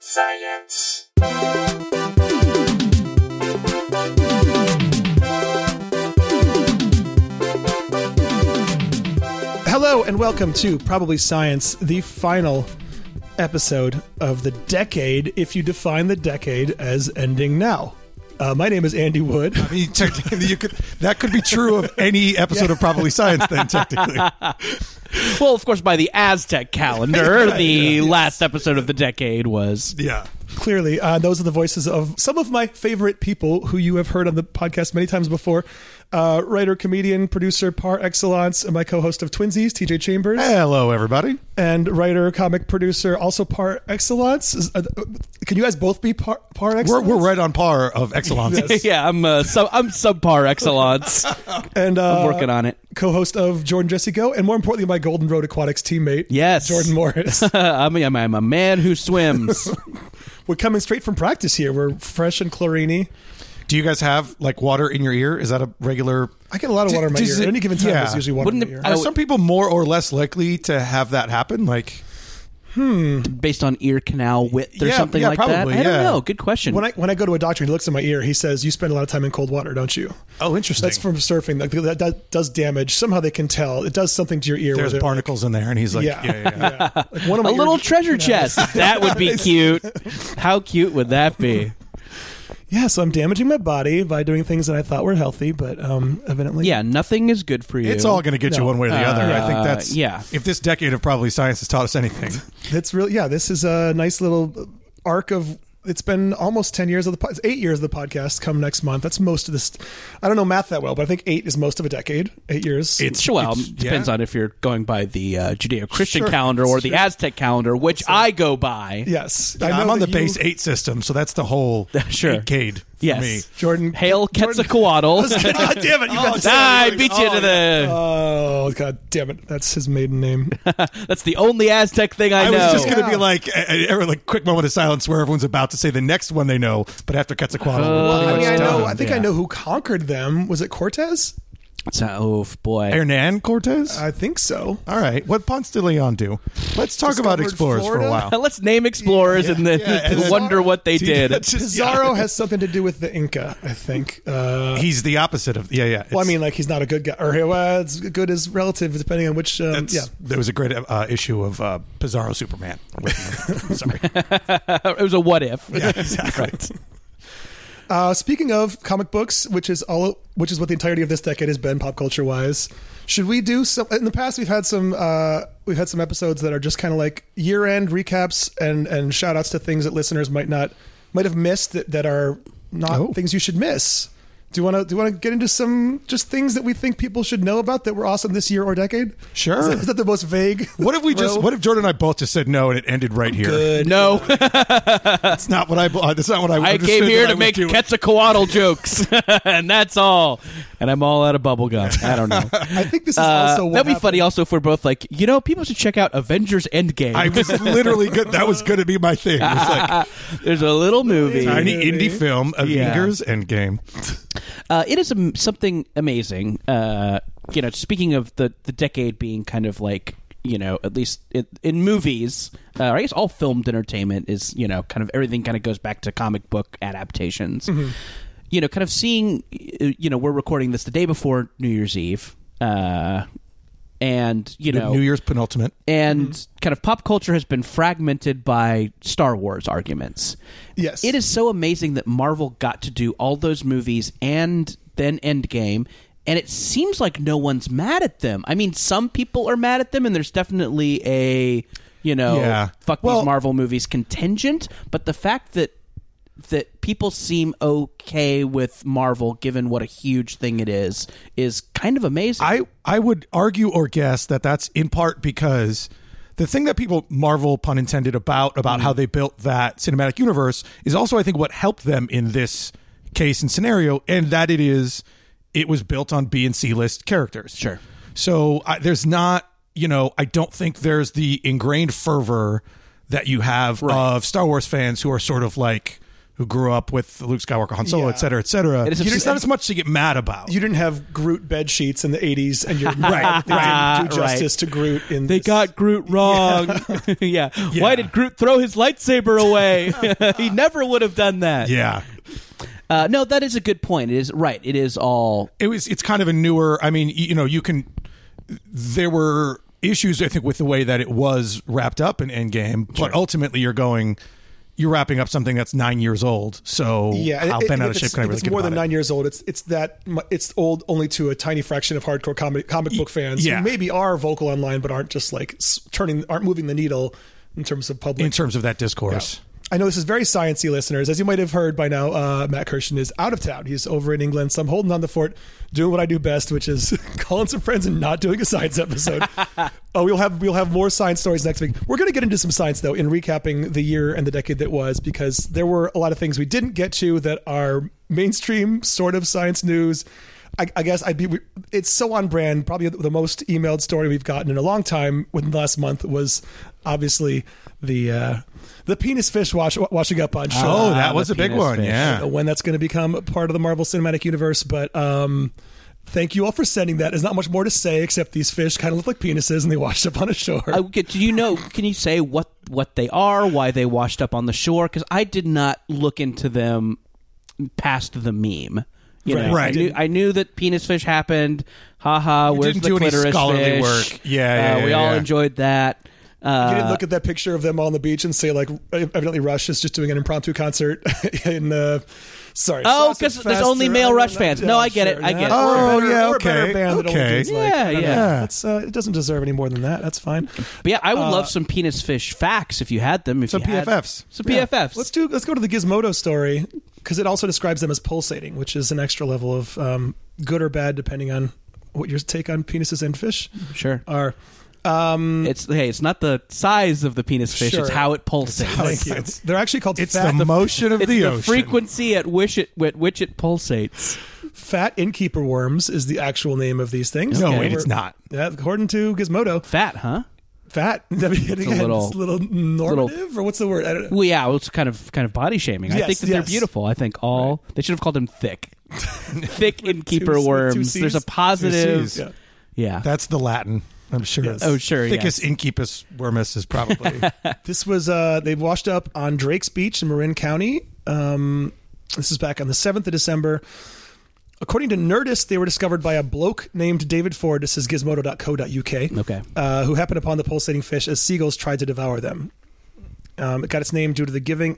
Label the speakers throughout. Speaker 1: science.
Speaker 2: Hello and welcome to Probably Science, the final episode of the decade, if you define the decade as ending now. Uh, my name is Andy Wood.
Speaker 3: I mean, technically, you could that could be true of any episode of Probably Science. Then technically,
Speaker 4: Well, of course, by the Aztec calendar, the last episode of the decade was.
Speaker 3: yeah.
Speaker 2: Clearly, uh, those are the voices of some of my favorite people who you have heard on the podcast many times before. Uh, writer, comedian, producer par excellence, and my co-host of Twinsies, TJ Chambers,
Speaker 3: Hello, everybody.
Speaker 2: and writer, comic producer, also par excellence. Is- uh, can you guys both be par, par excellence?
Speaker 3: We're, we're right on par of excellence.
Speaker 4: yeah, I'm uh, sub- I'm subpar excellence.
Speaker 2: and uh,
Speaker 4: I'm working on it.
Speaker 2: co-host of Jordan Jesse Go, and more importantly, my Golden Road Aquatics teammate,
Speaker 4: Yes.
Speaker 2: Jordan Morris.
Speaker 4: I'm, I'm, I'm a man who swims.
Speaker 2: We're coming straight from practice here. We're fresh and chlorine.
Speaker 3: Do you guys have like water in your ear? Is that a regular?
Speaker 2: I get a lot of water in my
Speaker 3: Does
Speaker 2: ear. At
Speaker 3: it-
Speaker 2: any given time,
Speaker 3: yeah.
Speaker 2: there's usually water in
Speaker 4: Wouldn't
Speaker 2: my
Speaker 4: it-
Speaker 2: ear.
Speaker 4: I
Speaker 3: Are
Speaker 4: would-
Speaker 3: some people more or less likely to have that happen? Like,
Speaker 4: Based on ear canal width or
Speaker 3: Yeah,
Speaker 4: something
Speaker 3: yeah,
Speaker 4: like
Speaker 3: probably,
Speaker 4: that. I
Speaker 3: yeah.
Speaker 4: don't know. Good question.
Speaker 2: when I when I go to a doctor and he looks in my ear, he says, "You spend a lot of time in cold water, don't you?"
Speaker 3: oh, interesting.
Speaker 2: That's from surfing. Like, that, that does damage. Somehow they can tell it does something to your ear.
Speaker 3: there's
Speaker 2: whether-
Speaker 3: barnacles in there, and he's like,
Speaker 2: Yeah,
Speaker 3: yeah, yeah, yeah.
Speaker 2: Like one of my
Speaker 4: a
Speaker 2: ear-
Speaker 4: little treasure chest. That would be cute. How cute would that be?
Speaker 2: Yeah, so I'm damaging my body by doing things that I thought were healthy, but um, evidently,
Speaker 4: Yeah, nothing is good for you.
Speaker 3: It's all going to get you
Speaker 2: No.
Speaker 3: one way or the other. I think
Speaker 4: Uh,
Speaker 3: that's
Speaker 4: yeah.
Speaker 3: If this decade of Probably Science has taught us anything,
Speaker 2: that's really yeah. This is a nice little arc of. It's been almost ten years of the po- it's eight years of the podcast. Come next month, that's most of this. I don't know math that well, but I think eight is most of a decade. Eight years.
Speaker 4: Sure, well, depends
Speaker 3: yeah.
Speaker 4: on if you're going by the uh, Judeo-Christian calendar or the Aztec calendar, which I go by.
Speaker 2: Yes,
Speaker 3: I am on the
Speaker 2: that you-
Speaker 3: base eight system, so that's the whole
Speaker 4: Sure.
Speaker 3: decade for
Speaker 4: Yes.
Speaker 3: me.
Speaker 2: Jordan.
Speaker 4: Hail Quetzalcoatl!
Speaker 2: God damn it! You got
Speaker 4: Ah, I beat you
Speaker 3: Oh,
Speaker 4: to the.
Speaker 2: Oh god damn it! That's his maiden name.
Speaker 4: That's the only Aztec thing
Speaker 3: I
Speaker 4: I, know.
Speaker 3: was just going to
Speaker 2: Yeah.
Speaker 3: be like, a, a- a- like quick moment of silence where everyone's about to say the next one they know, but after Quetzalcoatl, we're
Speaker 2: I
Speaker 3: pretty
Speaker 2: mean,
Speaker 3: much
Speaker 2: I know.
Speaker 3: done.
Speaker 2: I think I
Speaker 4: yeah.
Speaker 2: know who conquered them. Was it Cortez?
Speaker 4: So- oh boy,
Speaker 3: Hernan Cortez.
Speaker 2: I think so.
Speaker 3: All right, what Ponce de Leon do? Let's talk about
Speaker 2: Discovered
Speaker 3: explorers for a
Speaker 2: Florida?
Speaker 3: while.
Speaker 4: let's name explorers and then
Speaker 3: yeah, and then-
Speaker 4: wonder what they did.
Speaker 3: Just- yeah.
Speaker 2: Pizarro has something to do with the Inca, I think. Uh,
Speaker 3: He's the opposite of yeah, yeah.
Speaker 2: well, I
Speaker 3: it's-
Speaker 2: mean, like he's not a good guy, or well, it's good as relative, depending on which. Um,
Speaker 3: it's-
Speaker 2: yeah,
Speaker 3: there was a great uh, issue of uh, Pizarro Superman. Sorry,
Speaker 4: it was a what if.
Speaker 3: yeah, exactly.
Speaker 2: Uh, speaking of comic books, which is all, which is what the entirety of this decade has been pop culture wise, should we do some? In the past, we've had some, uh, we've had some episodes that are just kind of like year end recaps and and shout outs to things that listeners might not might have missed that, that are not
Speaker 3: Oh.
Speaker 2: things you should miss. Do you want to do you want to get into some just things that we think people should know about that were awesome this year or decade?
Speaker 3: Sure.
Speaker 2: Is that- is that the most vague?
Speaker 3: What if we just?
Speaker 2: Well-
Speaker 3: What if Jordan and I both just said no and it ended right here?
Speaker 4: No,
Speaker 3: That's not what I. uh, That's not what I.
Speaker 4: I
Speaker 3: understood
Speaker 4: came here
Speaker 3: that I
Speaker 4: to
Speaker 3: would
Speaker 4: make
Speaker 3: do.
Speaker 4: Quetzalcoatl jokes, and that's all. And I'm all out of bubble gum. I don't know.
Speaker 2: I think this is
Speaker 4: Uh,
Speaker 2: also what
Speaker 4: that'd be
Speaker 2: happened.
Speaker 4: funny. Also, if we're both like, you know, people should check out Avengers Endgame.
Speaker 3: I was literally good. That was going to be my thing. It's like
Speaker 4: There's a little movie.
Speaker 3: tiny indie film of
Speaker 4: Yeah.
Speaker 3: Avengers Endgame.
Speaker 4: Uh, it is am- something amazing. Uh, you know, speaking of the, the decade being kind of like, you know, at least it, in movies, uh, I guess all filmed entertainment is, you know, kind of everything kind of goes back to comic book adaptations. You know, kind of seeing, uh, you know, we're recording this the day before New Year's Eve. Uh, and, you know,
Speaker 3: New Year's penultimate.
Speaker 4: and
Speaker 3: Mm-hmm.
Speaker 4: kind of pop culture has been fragmented by Star Wars arguments.
Speaker 2: Yes.
Speaker 4: It is so amazing that Marvel got to do all those movies and then Endgame. And it seems like no one's mad at them. I mean, some people are mad at them, and there's definitely a, you know,
Speaker 3: Yeah.
Speaker 4: fuck
Speaker 3: Well-
Speaker 4: these Marvel movies contingent. But the fact that that people seem okay with Marvel, given what a huge thing it is, is kind of amazing.
Speaker 3: I I would argue or guess that that's in part because the thing that people marvel pun intended about
Speaker 4: Mm.
Speaker 3: about how they built that cinematic universe is also I think what helped them in this case and scenario and that it is it was built on B and C list characters.
Speaker 4: Sure.
Speaker 3: So I, there's not, you know, I don't think there's the ingrained fervor that you have of Star Wars fans who are sort of like who grew up with Luke Skywalker, Han Solo,
Speaker 2: Yeah.
Speaker 3: et cetera, et cetera.
Speaker 4: It is
Speaker 3: It's,
Speaker 4: absurd.
Speaker 3: not as much to get mad about.
Speaker 2: You didn't have Groot bed sheets in the 80s, and you're
Speaker 3: Right,
Speaker 2: They
Speaker 4: right,
Speaker 2: didn't do justice to Groot in
Speaker 4: They
Speaker 2: this.
Speaker 4: got Groot wrong. Yeah. Why did Groot throw his lightsaber away? he never would have done that.
Speaker 3: yeah,
Speaker 4: Uh, no, that is a good point. It is right. It is all
Speaker 3: it was it's kind of a newer i mean y- you know you can there were issues i think with the way that it was wrapped up in endgame but ultimately you're going you're wrapping up something that's nine years old so
Speaker 2: yeah,
Speaker 3: how
Speaker 2: and-
Speaker 3: bent
Speaker 2: and
Speaker 3: out
Speaker 2: if
Speaker 3: of shape
Speaker 2: it's-
Speaker 3: can i
Speaker 2: if
Speaker 3: really
Speaker 2: it's
Speaker 3: get
Speaker 2: more
Speaker 3: about
Speaker 2: than
Speaker 3: it?
Speaker 2: nine years old. It's it's that mu- it's old only to a tiny fraction of hardcore comic comic book fans
Speaker 3: yeah.
Speaker 2: who maybe are vocal online but aren't just like s- turning aren't moving the needle in terms of public.
Speaker 3: in terms of that discourse
Speaker 2: I know this is very sciencey, listeners. As you might have heard by now, uh, Matt Kirshen is out of town. He's over in England, so I'm holding on the fort, doing what I do best, which is calling some friends and not doing a science episode. oh, we'll have we'll have more science stories next week. We're going to get into some science though in recapping the year and the decade that was, because there were a lot of things we didn't get to that are mainstream sort of science news. I, I guess I'd be. we- It's so on brand. Probably the most emailed story we've gotten in a long time within the last month was obviously the uh, the penis fish wash, washing up on shore.
Speaker 3: oh that was
Speaker 4: Ah, the
Speaker 3: a big
Speaker 4: penis
Speaker 3: one
Speaker 4: fish.
Speaker 2: I don't know
Speaker 3: yeah
Speaker 2: when that's going to become a part of the Marvel Cinematic Universe, but um, thank you all for sending that. There's not much more to say except these fish kind of look like penises and they washed up on a shore.
Speaker 4: I get- uh, do you know? Can you say what what they are? Why they washed up on the shore? Because I did not look into them past the meme. You know,
Speaker 3: Right.
Speaker 4: I knew, I knew that penis fish happened. Ha ha. Where's
Speaker 3: didn't
Speaker 4: the
Speaker 3: do any
Speaker 4: clitoris
Speaker 3: scholarly
Speaker 4: fish?
Speaker 3: work. Yeah,
Speaker 4: Uh,
Speaker 3: yeah,
Speaker 4: we
Speaker 3: yeah,
Speaker 4: all
Speaker 3: yeah.
Speaker 4: enjoyed that. Uh,
Speaker 2: you didn't look at that picture of them on the beach and say like, evidently Rush is just doing an impromptu concert in. Uh, sorry. Fast and
Speaker 4: Oh, 'cause there's
Speaker 2: Faster.
Speaker 4: only male
Speaker 2: I don't
Speaker 4: Rush
Speaker 2: know.
Speaker 4: fans.
Speaker 2: Yeah,
Speaker 4: No, I get it. I get it.
Speaker 2: We're
Speaker 3: Oh,
Speaker 2: a better-
Speaker 3: yeah,
Speaker 2: we're a better
Speaker 3: okay.
Speaker 2: band that only
Speaker 3: Okay.
Speaker 2: dudes like-
Speaker 4: Yeah,
Speaker 2: I don't know.
Speaker 4: yeah.
Speaker 2: That's uh, it doesn't deserve any more than that. That's fine.
Speaker 4: but yeah, I would
Speaker 2: Uh,
Speaker 4: love some penis fish facts if you had them. If
Speaker 3: Some
Speaker 4: you had-
Speaker 3: PFFs.
Speaker 4: Some PFFs.
Speaker 2: Let's do. Let's go to the Gizmodo story because it also describes them as pulsating, which is an extra level of um, good or bad depending on what your take on penises and fish
Speaker 4: sure.
Speaker 2: are.
Speaker 4: It's hey, it's not the size of the penis fish;
Speaker 2: Um, Sure.
Speaker 4: it's how it pulsates.
Speaker 2: Thank you.
Speaker 3: it's-
Speaker 2: They're actually called
Speaker 3: it's
Speaker 2: fat,
Speaker 3: the motion of
Speaker 4: It's
Speaker 3: the,
Speaker 4: the,
Speaker 3: ocean
Speaker 4: frequency at which it at which it pulsates.
Speaker 2: fat innkeeper worms. Is the actual name of these things?
Speaker 3: no
Speaker 4: Okay,
Speaker 3: wait
Speaker 2: We're-
Speaker 3: it's not
Speaker 2: Yeah, according to Gizmodo,
Speaker 4: Fat, huh?
Speaker 2: fat. I mean, again, it's a
Speaker 4: little-
Speaker 2: little, normative, or what's the word? I don't know.
Speaker 4: Well, yeah, well, it's kind of kind of body shaming. I
Speaker 2: Yes,
Speaker 4: think that they're
Speaker 2: yes.
Speaker 4: beautiful. I think all they should have called them thick, thick
Speaker 2: Two-
Speaker 4: innkeeper
Speaker 2: with two
Speaker 4: worms.
Speaker 2: Cs?
Speaker 4: There's a
Speaker 2: Two
Speaker 4: positive.
Speaker 3: Cs.
Speaker 2: Yeah.
Speaker 4: Yeah.
Speaker 3: that's the latin i'm sure
Speaker 2: Yes.
Speaker 4: Oh, sure.
Speaker 3: thickest innkeepus wormus is probably
Speaker 2: This was uh they washed up on Drake's Beach in Marin County. Um this is back on the 7th of December. According to Nerdist, they were discovered by a bloke named David Ford. This is gizmodo.co.uk.
Speaker 4: Okay.
Speaker 2: Uh, who happened upon the pulsating fish as seagulls tried to devour them. Um, it got its name due to the giving.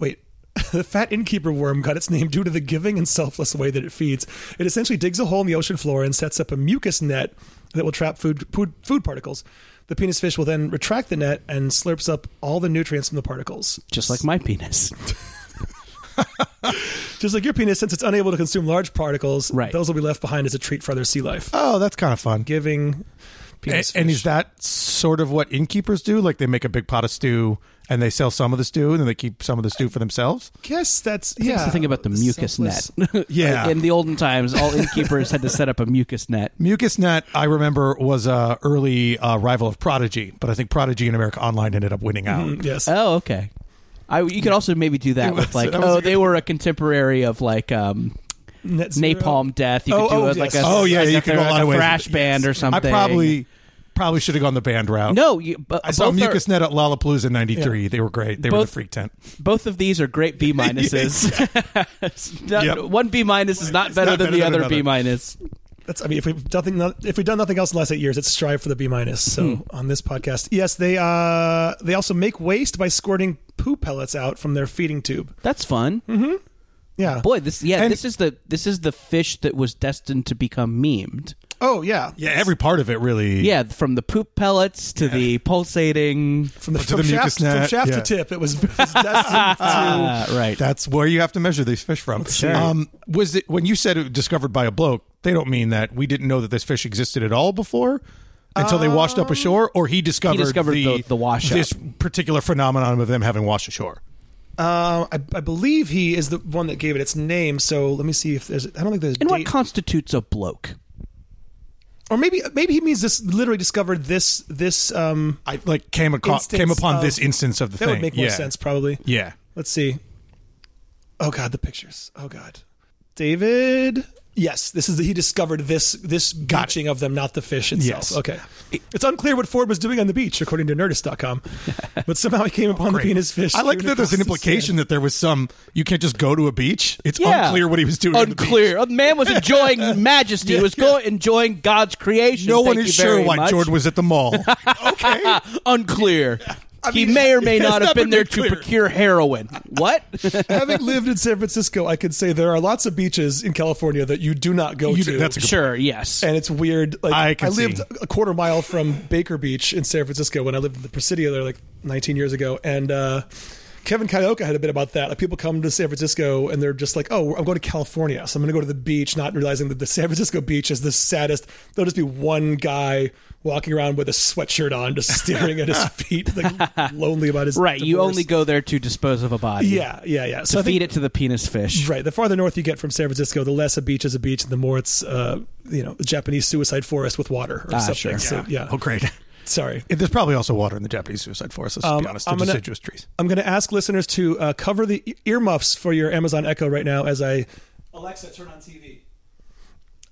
Speaker 2: Wait. The fat innkeeper worm got its name due to the giving and selfless way that it feeds. It essentially digs a hole in the ocean floor and sets up a mucus net that will trap food, food, food particles. The penis fish will then retract the net and slurps up all the nutrients from the particles.
Speaker 4: Just like my penis.
Speaker 2: Just like your penis, since it's unable to consume large particles,
Speaker 4: Right.
Speaker 2: those will be left behind as a treat for other sea life.
Speaker 3: oh that's kind of fun
Speaker 2: Giving penis
Speaker 3: A- and
Speaker 2: fish.
Speaker 3: is that sort of what innkeepers do? Like they make a big pot of stew and they sell some of the stew and then they keep some of the stew for themselves?
Speaker 2: Yes, that's
Speaker 4: I think
Speaker 2: yeah.
Speaker 4: it's the thing about the mucus
Speaker 2: selfless-
Speaker 4: net.
Speaker 3: Yeah.
Speaker 4: In the olden times, all innkeepers had to set up a mucus net.
Speaker 3: Mucus Net, I remember, was a early uh, rival of Prodigy, but I think Prodigy in America Online ended up winning out.
Speaker 2: Yes.
Speaker 4: Oh, okay. I, you could also maybe do that with like,
Speaker 3: that was a
Speaker 4: oh,
Speaker 3: good-
Speaker 4: they were a contemporary of like um,
Speaker 2: Net zero.
Speaker 4: Napalm Death. You could
Speaker 2: Oh,
Speaker 4: do
Speaker 2: oh,
Speaker 4: it like
Speaker 2: yes.
Speaker 4: a
Speaker 3: Oh, yeah,
Speaker 4: like
Speaker 3: you
Speaker 4: a,
Speaker 3: could go a lot of ways
Speaker 4: thrash
Speaker 3: with it.
Speaker 4: band or
Speaker 3: I
Speaker 4: something.
Speaker 3: probably probably should have gone the band route.
Speaker 4: no. You, but
Speaker 3: I saw
Speaker 4: both are-
Speaker 3: Mucus Net at Lollapalooza in 93. They were great. They were the
Speaker 4: Both-
Speaker 3: freak tent.
Speaker 4: both of these are great B minuses. Not-
Speaker 3: Yep.
Speaker 4: One B minus is not better
Speaker 3: not
Speaker 4: than
Speaker 3: better
Speaker 4: the
Speaker 3: than
Speaker 4: other
Speaker 3: another.
Speaker 4: B minus.
Speaker 2: That's. I mean, if we've nothing, if we've done nothing else in the last eight years, it's strive for the B minus. So
Speaker 4: Hmm.
Speaker 2: on this podcast, yes, they uh they also make waste by squirting poo pellets out from their feeding tube.
Speaker 4: That's fun.
Speaker 2: Yeah.
Speaker 4: Boy, this yeah,
Speaker 3: Mm-hmm. And-
Speaker 4: this is the this is the fish that was destined to become memed.
Speaker 2: Oh yeah.
Speaker 3: Yeah, every part of it really.
Speaker 4: Yeah, from the poop pellets to the pulsating.
Speaker 2: From the,
Speaker 3: To
Speaker 2: from
Speaker 3: the mucus
Speaker 2: shaft, from
Speaker 3: net,
Speaker 2: shaft
Speaker 3: yeah.
Speaker 2: to tip, it was, it was destined
Speaker 3: Oh,
Speaker 2: to.
Speaker 4: Ah, right.
Speaker 3: That's where you have to measure these fish from.
Speaker 2: Sure.
Speaker 3: Um, was it when you said it was discovered by a bloke? They don't mean that we didn't know that this fish existed at all before until they washed up ashore, or he discovered,
Speaker 4: discovered
Speaker 3: the,
Speaker 4: the- the wash up.
Speaker 3: this particular phenomenon of them having washed ashore.
Speaker 2: Uh, I, I believe he is the one that gave it its name. So let me see if there's. I don't think there's. a
Speaker 4: And what
Speaker 2: date.
Speaker 4: constitutes a bloke?
Speaker 2: or maybe maybe he means this. Literally discovered this this. Um,
Speaker 3: I like came across
Speaker 2: Instance
Speaker 3: came upon
Speaker 2: of-
Speaker 3: this instance of the
Speaker 2: that
Speaker 3: thing.
Speaker 2: would make more
Speaker 3: yeah.
Speaker 2: sense probably.
Speaker 3: Yeah,
Speaker 2: Let's see. oh god, the pictures. Oh god, David. Yes, this is the, he discovered this this beaching of them, not the fish itself.
Speaker 3: Yes.
Speaker 2: Okay. It's unclear what Ford was doing on the beach, according to Nerdist.com, but somehow he came upon the penis fish.
Speaker 3: Oh, I like
Speaker 2: strewn
Speaker 3: that there's an
Speaker 2: across the sand.
Speaker 3: implication that there was some. You can't just go to a beach. It's unclear what he was doing. on the beach.
Speaker 4: Unclear. A man was enjoying majesty. He was go- enjoying God's creation.
Speaker 3: No one
Speaker 4: Thank
Speaker 3: is
Speaker 4: you
Speaker 3: sure
Speaker 4: very
Speaker 3: why
Speaker 4: much.
Speaker 3: Jordan was at the mall. okay.
Speaker 4: Unclear.
Speaker 3: mean,
Speaker 4: he may or may
Speaker 3: it's
Speaker 4: not have
Speaker 3: not
Speaker 4: been
Speaker 3: been
Speaker 4: there
Speaker 3: made
Speaker 4: to
Speaker 3: clear.
Speaker 4: procure heroin. What?
Speaker 2: Having lived in San Francisco, I could say there are lots of beaches in California that you do not go
Speaker 3: You-
Speaker 2: to.
Speaker 3: that's a good
Speaker 4: sure. Yes.
Speaker 2: and it's weird. Like
Speaker 3: I
Speaker 2: I,
Speaker 3: can
Speaker 2: lived
Speaker 3: see.
Speaker 2: a quarter mile from Baker Beach in San Francisco when I lived in the Presidio there like 19 years ago, and uh, Kevin Kyoka had a bit about that. Like people come to San Francisco and they're just like, "Oh, I'm going to California, so I'm going to go to the beach," not realizing that the San Francisco beach is the saddest. There'll just be one guy walking around with a sweatshirt on, just staring at his feet, like lonely about his
Speaker 4: right. You
Speaker 2: divorce.
Speaker 4: only go there to dispose of a body.
Speaker 2: yeah, yeah, yeah. So
Speaker 4: To
Speaker 2: I think
Speaker 4: feed it to the penis fish.
Speaker 2: Right. The farther north you get from San Francisco, the less a beach is a beach, and the more it's, uh, you know, Japanese suicide forest with water or something.
Speaker 4: Ah, sure.
Speaker 2: So, yeah.
Speaker 3: Oh, great.
Speaker 2: Sorry.
Speaker 3: There's probably also water in the Japanese suicide forest. Let's
Speaker 2: Um,
Speaker 3: be honest. They're
Speaker 2: I'm gonna-
Speaker 3: deciduous trees.
Speaker 2: I'm going to ask listeners to uh, cover the e- earmuffs for your Amazon Echo right now as I. Alexa, turn on TV.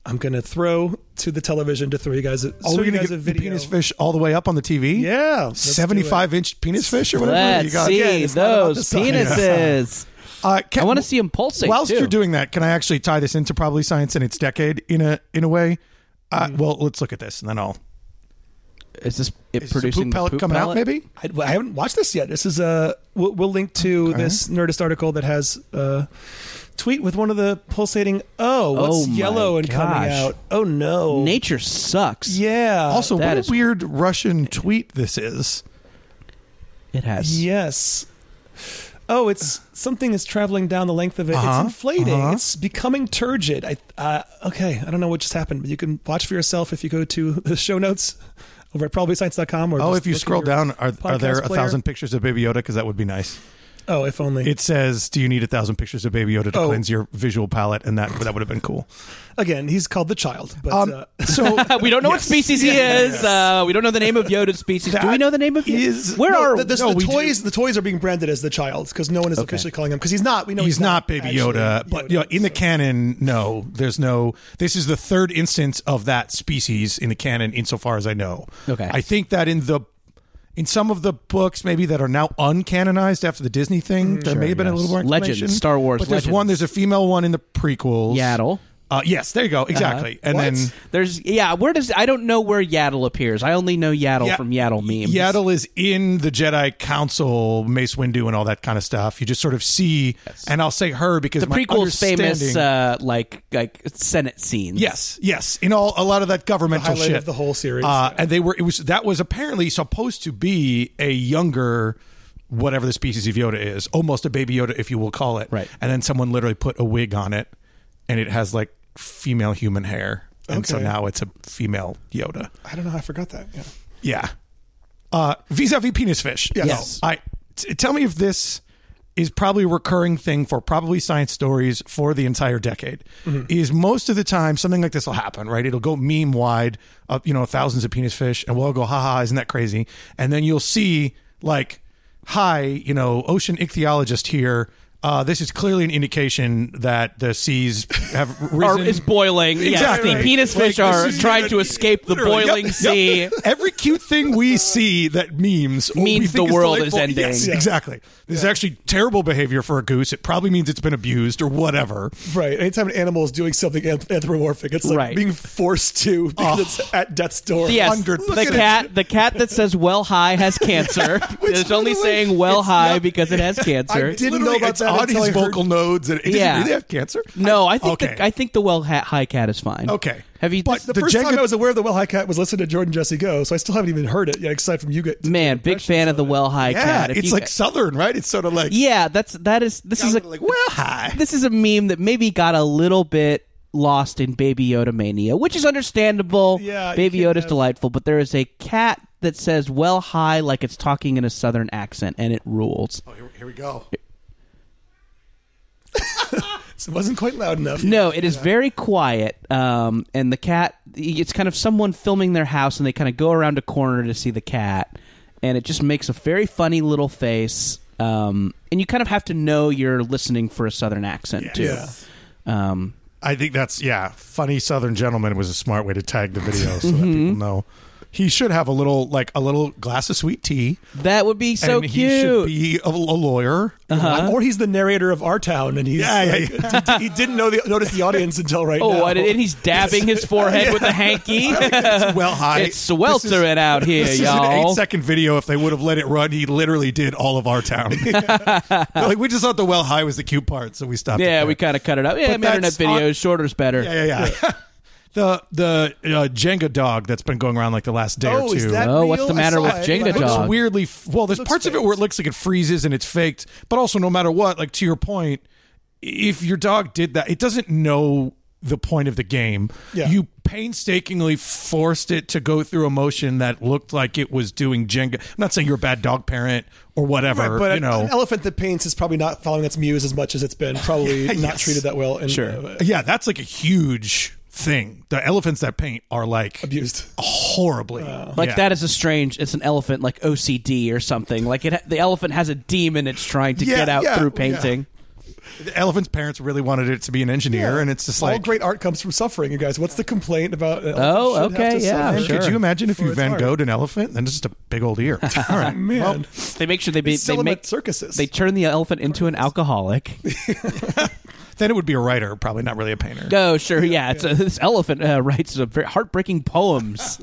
Speaker 2: I'm going to throw to the television to throw you guys a,
Speaker 3: Oh,
Speaker 2: show
Speaker 3: we're
Speaker 2: you
Speaker 3: gonna
Speaker 2: guys
Speaker 3: get
Speaker 2: a
Speaker 3: the
Speaker 2: video.
Speaker 3: penis fish all the way up on the TV.
Speaker 2: Yeah. let's do it.
Speaker 3: Seventy-five inch penis fish or whatever you
Speaker 4: Let's
Speaker 3: got.
Speaker 4: see
Speaker 2: Again, it's not about the
Speaker 4: those
Speaker 2: size.
Speaker 4: penises.
Speaker 3: Uh, can-
Speaker 4: I want to see him pulsate.
Speaker 3: Whilst
Speaker 4: too.
Speaker 3: you're doing that, can I actually tie this into probably science in its decade in a in a way? Uh,
Speaker 2: Mm.
Speaker 3: Well, let's look at this and then I'll.
Speaker 4: is this it
Speaker 3: Is the
Speaker 4: producing
Speaker 3: poop pellet
Speaker 4: the poop
Speaker 3: coming out?
Speaker 4: pellet?
Speaker 3: Maybe.
Speaker 2: I, well, I haven't watched this yet. This is Uh, we'll, we'll link to this Nerdist article that has uh, tweet with one of the pulsating. Oh,
Speaker 4: Oh
Speaker 2: what's
Speaker 4: my
Speaker 2: yellow and coming
Speaker 4: gosh.
Speaker 2: out? Oh no,
Speaker 4: Nature sucks.
Speaker 2: Yeah.
Speaker 3: Also,
Speaker 4: Uh, that
Speaker 3: what a
Speaker 4: is-
Speaker 3: weird Russian tweet this is.
Speaker 4: It has.
Speaker 2: yes. Oh, it's something is traveling down the length of it.
Speaker 3: Uh-huh.
Speaker 2: It's inflating.
Speaker 3: Uh-huh.
Speaker 2: It's becoming turgid. I uh, okay. I don't know what just happened, but you can watch for yourself if you go to the show notes over at probablyscience.com or
Speaker 3: Oh,
Speaker 2: just
Speaker 3: if you
Speaker 2: look at
Speaker 3: scroll
Speaker 2: your-
Speaker 3: down, are, are
Speaker 2: podcast
Speaker 3: there a
Speaker 2: player.
Speaker 3: thousand pictures of Baby Yoda? Because that would be nice.
Speaker 2: Oh, if only.
Speaker 3: It says, "Do you need a thousand pictures of Baby Yoda to
Speaker 2: Oh.
Speaker 3: cleanse your visual palette?" And that that would have been cool.
Speaker 2: Again, he's called the child, but
Speaker 3: Um,
Speaker 2: uh,
Speaker 3: so
Speaker 4: we don't know what species he is. Uh, we don't know the name of Yoda's species. Do we know the name of Yoda?
Speaker 3: is-
Speaker 4: Where
Speaker 3: No,
Speaker 4: are
Speaker 2: the, this,
Speaker 3: No,
Speaker 2: the
Speaker 3: we do-
Speaker 2: toys the toys are being branded as the child because no one is officially calling him because he's not. We know he's,
Speaker 3: he's not Baby
Speaker 2: actually
Speaker 3: Yoda, but you know, in the
Speaker 2: so-
Speaker 3: canon, no, there's no. This is the third instance of that species in the canon, insofar as I know.
Speaker 4: Okay.
Speaker 3: I think that in the in some of the books, maybe that are now uncanonized after the Disney thing, there may have been a
Speaker 4: yes.
Speaker 3: little more
Speaker 4: Legends,
Speaker 3: explanation.
Speaker 4: Star Wars
Speaker 3: But there's
Speaker 4: Legends.
Speaker 3: one. There's a female one in the prequels.
Speaker 4: Yaddle. Uh-huh.
Speaker 3: Uh, yes, there you go. Exactly. And
Speaker 2: What?
Speaker 3: then
Speaker 4: There's yeah. Where does I don't know where Yaddle appears. I only know Yaddle
Speaker 3: Yeah.
Speaker 4: from Yaddle memes.
Speaker 3: Yaddle is in the Jedi Council, Mace Windu, and all that kind of stuff. You just sort of see, and I'll say her because
Speaker 4: the
Speaker 3: my
Speaker 4: prequel's famous
Speaker 3: understanding-
Speaker 4: uh, like like Senate scenes.
Speaker 3: Yes, yes. In all, a lot of that governmental
Speaker 2: highlight
Speaker 3: shit,
Speaker 2: of the whole series,
Speaker 3: Uh,
Speaker 2: yeah.
Speaker 3: And they were it was that was apparently supposed to be a younger, whatever the species of Yoda is, almost a baby Yoda, if you will call it.
Speaker 4: Right.
Speaker 3: And then someone literally put a wig on it, and it has like female human hair, and so
Speaker 2: Okay.
Speaker 3: now it's a female Yoda.
Speaker 2: I don't know. I forgot that. Yeah.
Speaker 3: Yeah. Uh, vis-a-vis penis fish.
Speaker 4: Yes.
Speaker 3: No, I t- tell me if this is probably a recurring thing for probably science stories for the entire decade.
Speaker 4: Mm-hmm.
Speaker 3: Is most of the time something like this will happen, right? It'll go meme wide, up you know thousands of penis fish, and we'll all go, ha ha, isn't that crazy? And then you'll see like, hi, you know, ocean ichthyologist here. Uh, this is clearly an indication that the seas have
Speaker 4: Or
Speaker 3: risen.
Speaker 4: is boiling.
Speaker 3: Exactly.
Speaker 4: Yes, the penis
Speaker 3: Like,
Speaker 4: fish
Speaker 3: this
Speaker 4: are
Speaker 3: is- e-
Speaker 4: trying to escape the
Speaker 3: Literally,
Speaker 4: boiling
Speaker 3: yep,
Speaker 4: sea.
Speaker 3: yep. Every cute thing we see that memes or
Speaker 4: Means
Speaker 3: we think
Speaker 4: the world is
Speaker 3: delightful-
Speaker 4: ending.
Speaker 3: Yes,
Speaker 4: Yeah.
Speaker 3: Exactly. This is actually terrible behavior for a goose. It probably means it's been abused or whatever.
Speaker 2: Right. Anytime an animal is doing something anth- anthropomorphic, it's like
Speaker 4: Right. Oh.
Speaker 2: being forced to because it's at death's door.
Speaker 4: Yes,
Speaker 3: 100%.
Speaker 4: the cat, the cat that says "well hi" has cancer. it's
Speaker 3: by
Speaker 4: only
Speaker 3: the way,
Speaker 4: saying "well
Speaker 3: it's
Speaker 4: hi"
Speaker 3: not-
Speaker 4: because it has cancer.
Speaker 2: did- Didn't know about
Speaker 3: it's
Speaker 2: that
Speaker 3: on
Speaker 2: until
Speaker 3: his
Speaker 2: I heard-
Speaker 3: vocal nodes. And it doesn't
Speaker 4: Yeah.
Speaker 3: really have cancer.
Speaker 4: no, I think
Speaker 3: Okay.
Speaker 4: the, I think the well ha- hi cat is fine.
Speaker 3: Okay.
Speaker 4: have you?
Speaker 3: But
Speaker 2: The,
Speaker 3: The
Speaker 2: first
Speaker 3: Jenga-
Speaker 2: time I was aware of the Well High Cat was listening to Jordan Jesse Go, so I still haven't even heard it yet, aside from you guys.
Speaker 4: man, big fan of the well hi
Speaker 3: yeah,
Speaker 4: cat. If
Speaker 3: it's
Speaker 4: you-
Speaker 3: like southern, right? It's sort of like
Speaker 4: yeah, that's that is this is a
Speaker 3: like well, hi.
Speaker 4: this is a meme that maybe got a little bit lost in Baby Yoda mania, which is understandable.
Speaker 2: Yeah, you
Speaker 4: Baby
Speaker 2: can't
Speaker 4: Yoda's
Speaker 2: have-
Speaker 4: delightful, but there is a cat that says "well hi" like it's talking in a southern accent, and it rules.
Speaker 3: Here, here we go.
Speaker 2: It wasn't quite loud enough.
Speaker 4: No, it is very quiet. Um, and the cat, it's kind of someone filming their house, and they kind of go around a corner to see the cat, and it just makes a very funny little face. Um, and you kind of have to know you're listening for a southern accent too.
Speaker 2: Yeah.
Speaker 4: Um,
Speaker 3: I think that's yeah. Funny Southern gentleman was a smart way to tag the video so
Speaker 4: Mm-hmm.
Speaker 3: that people know. He should have a little like a little glass of sweet tea.
Speaker 4: that would be so
Speaker 3: and
Speaker 4: cute.
Speaker 3: He should be a, a lawyer.
Speaker 4: Uh-huh.
Speaker 2: Or he's the narrator of Our Town, and he's
Speaker 3: Yeah, yeah,
Speaker 2: like- he didn't know the, notice the audience until right now.
Speaker 4: oh, and, and he's dabbing his forehead with a hanky.
Speaker 3: It's well high.
Speaker 4: it's sweltering out here,
Speaker 3: This is an
Speaker 4: y'all.
Speaker 3: eight-second video. If they would have let it run, he literally did all of our town. like we just thought the well high was the cute part, so we stopped. it
Speaker 4: yeah,
Speaker 3: there.
Speaker 4: we kind of cut it up.
Speaker 3: But
Speaker 4: Yeah, I'm internet
Speaker 3: that's on-
Speaker 4: videos, shorter's better.
Speaker 3: Yeah, yeah, yeah. the the uh, Jenga dog that's been going around like the last day
Speaker 2: Oh,
Speaker 3: or two.
Speaker 2: is that
Speaker 4: Oh, what's
Speaker 2: real?
Speaker 4: the
Speaker 2: I
Speaker 4: matter
Speaker 2: saw it.
Speaker 4: with Jenga
Speaker 2: Like,
Speaker 3: It looks
Speaker 4: dog?
Speaker 3: weirdly f- well. There's
Speaker 2: Looks
Speaker 3: parts of it
Speaker 2: faked.
Speaker 3: where it looks like it freezes and it's faked, but also no matter what, like to your point, if your dog did that, it doesn't know the point of the game.
Speaker 2: Yeah.
Speaker 3: You painstakingly forced it to go through a motion that looked like it was doing Jenga. I'm not saying you're a bad dog parent or whatever,
Speaker 2: Right, but
Speaker 3: you
Speaker 2: an-
Speaker 3: know.
Speaker 2: an elephant that paints is probably not following its muse as much as it's been. Probably not treated that well. And,
Speaker 4: Sure.
Speaker 2: uh,
Speaker 3: yeah, that's like a huge thing. The elephants that paint are like
Speaker 2: abused.
Speaker 3: horribly
Speaker 4: Like
Speaker 3: Yeah.
Speaker 4: that is a strange. It's an elephant, like OCD or something. Like it, ha- the elephant has a demon it's trying to
Speaker 3: Yeah,
Speaker 4: get out
Speaker 3: yeah,
Speaker 4: through
Speaker 3: yeah.
Speaker 4: painting.
Speaker 3: The elephant's parents really wanted it to be an engineer, and it's just
Speaker 2: all
Speaker 3: like,
Speaker 2: great art comes from suffering, you guys. What's the complaint about? uh, an elephant
Speaker 4: Oh,
Speaker 2: should have
Speaker 4: okay,
Speaker 2: to
Speaker 4: yeah,
Speaker 2: suffer?
Speaker 3: man,
Speaker 4: sure.
Speaker 3: could you imagine if
Speaker 2: For
Speaker 3: you
Speaker 2: its
Speaker 3: Van
Speaker 2: art.
Speaker 3: Gogh an elephant? Then it's just a big old ear. All right,
Speaker 2: Man,
Speaker 3: Well,
Speaker 4: They make sure they be,
Speaker 2: sell
Speaker 4: they
Speaker 2: them
Speaker 4: make
Speaker 2: at circuses.
Speaker 4: they turn the elephant into an alcoholic.
Speaker 3: then it would be a writer, probably not really a painter.
Speaker 4: oh, sure, yeah. It's a, this elephant uh, writes a very heartbreaking poems.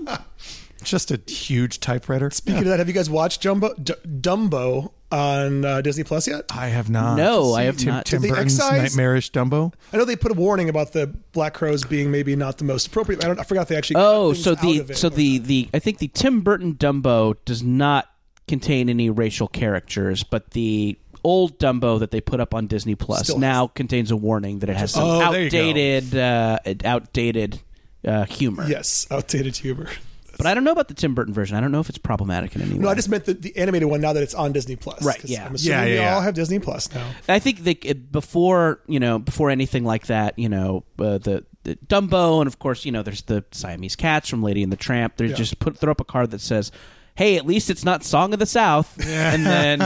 Speaker 3: Just a huge typewriter.
Speaker 2: Speaking of that, have you guys watched Jumbo, D- Dumbo on uh, Disney Plus yet?
Speaker 3: I have not.
Speaker 4: No, I have
Speaker 3: Tim,
Speaker 4: not.
Speaker 3: Tim
Speaker 2: Did they
Speaker 3: Burton's
Speaker 2: excise-
Speaker 3: nightmarish Dumbo.
Speaker 2: I know they put a warning about the black crows being maybe not the most appropriate. I don't. I forgot they actually. cut
Speaker 4: Oh,
Speaker 2: things
Speaker 4: so
Speaker 2: out of
Speaker 4: the
Speaker 2: it.
Speaker 4: so the the I think the Tim Burton Dumbo does not contain any racial characters, but the old Dumbo that they put up on Disney Plus
Speaker 2: Still has-
Speaker 4: now contains a warning that it has some
Speaker 3: Oh, there you go.
Speaker 4: outdated uh, outdated uh, humor.
Speaker 2: yes, outdated humor.
Speaker 4: But I don't know about the Tim Burton version. I don't know if it's problematic in any way.
Speaker 2: No, I just meant the, the animated one. Now that it's on Disney Plus,
Speaker 4: Right,
Speaker 2: 'cause
Speaker 4: yeah.
Speaker 2: I'm assuming
Speaker 3: Yeah, yeah,
Speaker 2: we all
Speaker 3: yeah.
Speaker 2: have Disney Plus now.
Speaker 4: I think they, it- before you know before anything like that, you know uh, the, the Dumbo and of course you know there's the Siamese cats from Lady and the Tramp. They just put throw up a card that says. Hey, at least it's not "Song of the South," and then